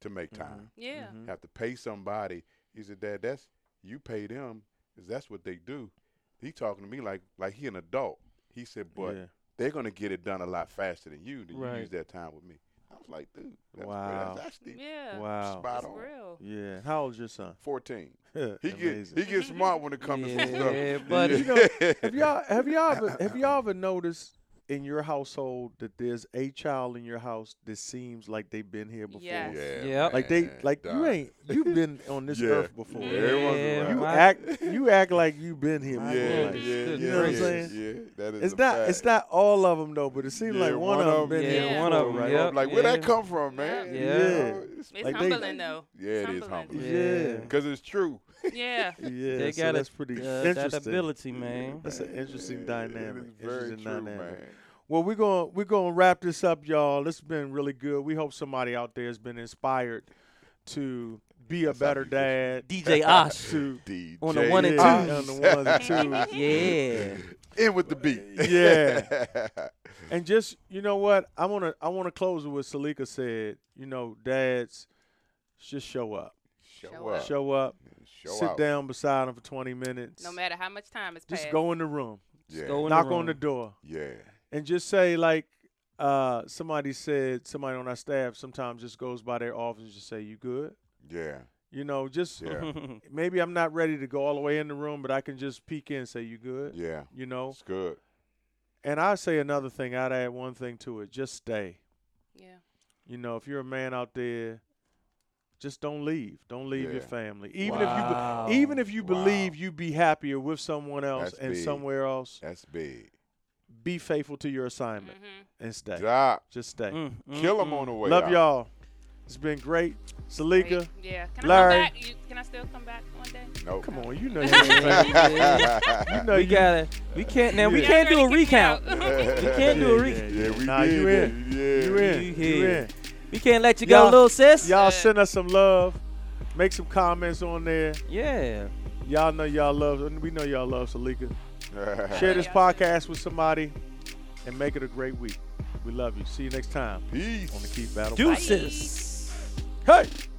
[SPEAKER 2] to make
[SPEAKER 3] Mm-hmm.
[SPEAKER 2] time.
[SPEAKER 4] Yeah.
[SPEAKER 1] Mhm.
[SPEAKER 2] Have to pay somebody. He said, "Dad, that's you pay them, 'cause that's what they do." He talking to me like like he an adult. He said, "But."
[SPEAKER 1] Yeah.
[SPEAKER 2] they're gonna get it done a lot faster than you. Than
[SPEAKER 3] Right.
[SPEAKER 2] you use that time with me. I was like, dude, that's great.
[SPEAKER 1] Wow.
[SPEAKER 2] That's actually
[SPEAKER 4] Yeah.
[SPEAKER 1] Mm-hmm. Wow.
[SPEAKER 2] spot
[SPEAKER 4] It's
[SPEAKER 2] on.
[SPEAKER 4] real.
[SPEAKER 1] Yeah. How old's your son?
[SPEAKER 2] Fourteen. He get
[SPEAKER 1] Amazing.
[SPEAKER 2] he gets smart when it comes to some stuff.
[SPEAKER 3] Yeah, buddy.
[SPEAKER 1] You know, have y'all have y'all ever, have y'all ever noticed in your household that there's a child in your house that seems like they've been here before?
[SPEAKER 4] Yes.
[SPEAKER 2] Yeah.
[SPEAKER 3] Yep.
[SPEAKER 1] Like they
[SPEAKER 2] man,
[SPEAKER 1] like you
[SPEAKER 2] dog.
[SPEAKER 1] ain't you've been on this
[SPEAKER 2] Yeah.
[SPEAKER 1] earth before.
[SPEAKER 2] Yeah,
[SPEAKER 3] Everyone's around.
[SPEAKER 1] You
[SPEAKER 3] My-
[SPEAKER 1] act you act like you've been here
[SPEAKER 3] My
[SPEAKER 2] Yeah,
[SPEAKER 1] before.
[SPEAKER 2] yeah,
[SPEAKER 3] goodness,
[SPEAKER 2] yeah,
[SPEAKER 3] good
[SPEAKER 2] yeah,
[SPEAKER 1] know what I'm
[SPEAKER 2] yeah,
[SPEAKER 1] saying?
[SPEAKER 2] yeah, that is
[SPEAKER 1] It's
[SPEAKER 2] a
[SPEAKER 1] not
[SPEAKER 2] fact.
[SPEAKER 1] it's not all of them though, but it seems
[SPEAKER 2] Yeah,
[SPEAKER 1] like one, of them been
[SPEAKER 3] yeah,
[SPEAKER 1] here
[SPEAKER 4] Yeah.
[SPEAKER 3] one of them.
[SPEAKER 1] before, right?
[SPEAKER 2] I'm
[SPEAKER 3] Yep,
[SPEAKER 2] like, where that
[SPEAKER 3] yeah.
[SPEAKER 2] come from, man?
[SPEAKER 3] Yeah.
[SPEAKER 2] You
[SPEAKER 1] Yeah.
[SPEAKER 2] know, it's-
[SPEAKER 4] It's
[SPEAKER 1] Like they-
[SPEAKER 4] humbling though.
[SPEAKER 2] yeah, it is
[SPEAKER 4] humbling.
[SPEAKER 2] humbling.
[SPEAKER 1] Yeah.
[SPEAKER 2] Because it's true.
[SPEAKER 4] Yeah.
[SPEAKER 1] Yeah,
[SPEAKER 3] They
[SPEAKER 1] so
[SPEAKER 3] got a-
[SPEAKER 1] that's pretty
[SPEAKER 3] Uh, that
[SPEAKER 1] interesting.
[SPEAKER 3] ability, man.
[SPEAKER 1] That's an interesting dynamic.
[SPEAKER 2] It's very
[SPEAKER 1] Interesting
[SPEAKER 2] true,
[SPEAKER 1] dynamic.
[SPEAKER 2] man.
[SPEAKER 1] Well, we're going we're going to wrap this up, y'all. This has been really good. We hope somebody out there has been inspired to be a
[SPEAKER 2] That's how
[SPEAKER 1] better
[SPEAKER 2] you get
[SPEAKER 1] dad.
[SPEAKER 3] DJ Osh.
[SPEAKER 1] To
[SPEAKER 2] DJ.
[SPEAKER 3] On the one and
[SPEAKER 1] Yeah,
[SPEAKER 3] twos.
[SPEAKER 1] Ah, on the ones and twos.
[SPEAKER 3] yeah.
[SPEAKER 2] In with the beat.
[SPEAKER 1] Yeah. And just you know what? I wanna I wanna close with what Salika said. You know, dads, just show up.
[SPEAKER 2] Show
[SPEAKER 4] Show
[SPEAKER 2] up.
[SPEAKER 1] Show up.
[SPEAKER 2] Show
[SPEAKER 1] sit
[SPEAKER 2] out.
[SPEAKER 1] down beside them for twenty minutes.
[SPEAKER 4] No matter how much time has
[SPEAKER 1] just
[SPEAKER 4] passed.
[SPEAKER 1] go in the room.
[SPEAKER 2] Yeah.
[SPEAKER 3] Go in
[SPEAKER 1] knock
[SPEAKER 3] the
[SPEAKER 1] on the
[SPEAKER 3] room.
[SPEAKER 1] door.
[SPEAKER 2] Yeah.
[SPEAKER 1] and just say like uh somebody said somebody on our staff sometimes just goes by their office and just say you good
[SPEAKER 2] Yeah.
[SPEAKER 1] you know just
[SPEAKER 2] Yeah.
[SPEAKER 3] Mm,
[SPEAKER 1] maybe i'm not ready to go all the way in the room but i can just peek in and say you good
[SPEAKER 2] Yeah.
[SPEAKER 1] you know
[SPEAKER 2] It's good.
[SPEAKER 1] and i say another thing i'd add one thing to it just stay
[SPEAKER 4] Yeah.
[SPEAKER 1] you know if you're a man out there just don't leave don't leave your
[SPEAKER 2] Yeah.
[SPEAKER 1] family even
[SPEAKER 3] Wow.
[SPEAKER 1] if you be- even if you
[SPEAKER 2] Wow.
[SPEAKER 1] believe you be happier with someone else
[SPEAKER 2] That's
[SPEAKER 1] and
[SPEAKER 2] big.
[SPEAKER 1] somewhere else
[SPEAKER 2] That's big.
[SPEAKER 1] be faithful to your assignment
[SPEAKER 4] Mm-hmm.
[SPEAKER 1] and stay
[SPEAKER 2] Drop.
[SPEAKER 1] just stay
[SPEAKER 3] Mm, mm,
[SPEAKER 2] Kill them
[SPEAKER 3] mm.
[SPEAKER 2] on the way.
[SPEAKER 1] Love
[SPEAKER 2] out.
[SPEAKER 1] y'all. It's been great. Salika,
[SPEAKER 4] Great. Yeah. Can
[SPEAKER 1] Larry.
[SPEAKER 4] I come back? You, can I still come back one day?
[SPEAKER 2] Nope.
[SPEAKER 1] come on, you know you ain't famous.
[SPEAKER 3] Yeah.
[SPEAKER 1] You know
[SPEAKER 3] we
[SPEAKER 1] you-
[SPEAKER 3] gotta. We can't now. We
[SPEAKER 4] Yeah,
[SPEAKER 3] can't do
[SPEAKER 4] you
[SPEAKER 3] a
[SPEAKER 4] already kicked
[SPEAKER 3] recount.
[SPEAKER 4] me out.
[SPEAKER 3] We can't do a
[SPEAKER 1] Yeah,
[SPEAKER 3] recount.
[SPEAKER 1] yeah.
[SPEAKER 2] Yeah, we
[SPEAKER 1] Nah,
[SPEAKER 2] did.
[SPEAKER 1] you in.
[SPEAKER 2] it. Yeah.
[SPEAKER 1] You in.
[SPEAKER 3] You
[SPEAKER 1] You,
[SPEAKER 3] here.
[SPEAKER 1] in.
[SPEAKER 3] We can't let you go,
[SPEAKER 1] Y'all-
[SPEAKER 3] little sis.
[SPEAKER 1] Y'all
[SPEAKER 4] Yeah.
[SPEAKER 1] send us some love. Make some comments on there.
[SPEAKER 3] Yeah.
[SPEAKER 1] Y'all know y'all love. We know y'all love Salika. Share this
[SPEAKER 4] Yeah.
[SPEAKER 1] podcast with somebody, and make it a great week. We love you. See you next time
[SPEAKER 2] Peace.
[SPEAKER 1] on the Keep Battle.
[SPEAKER 3] Deuces.
[SPEAKER 1] Hey.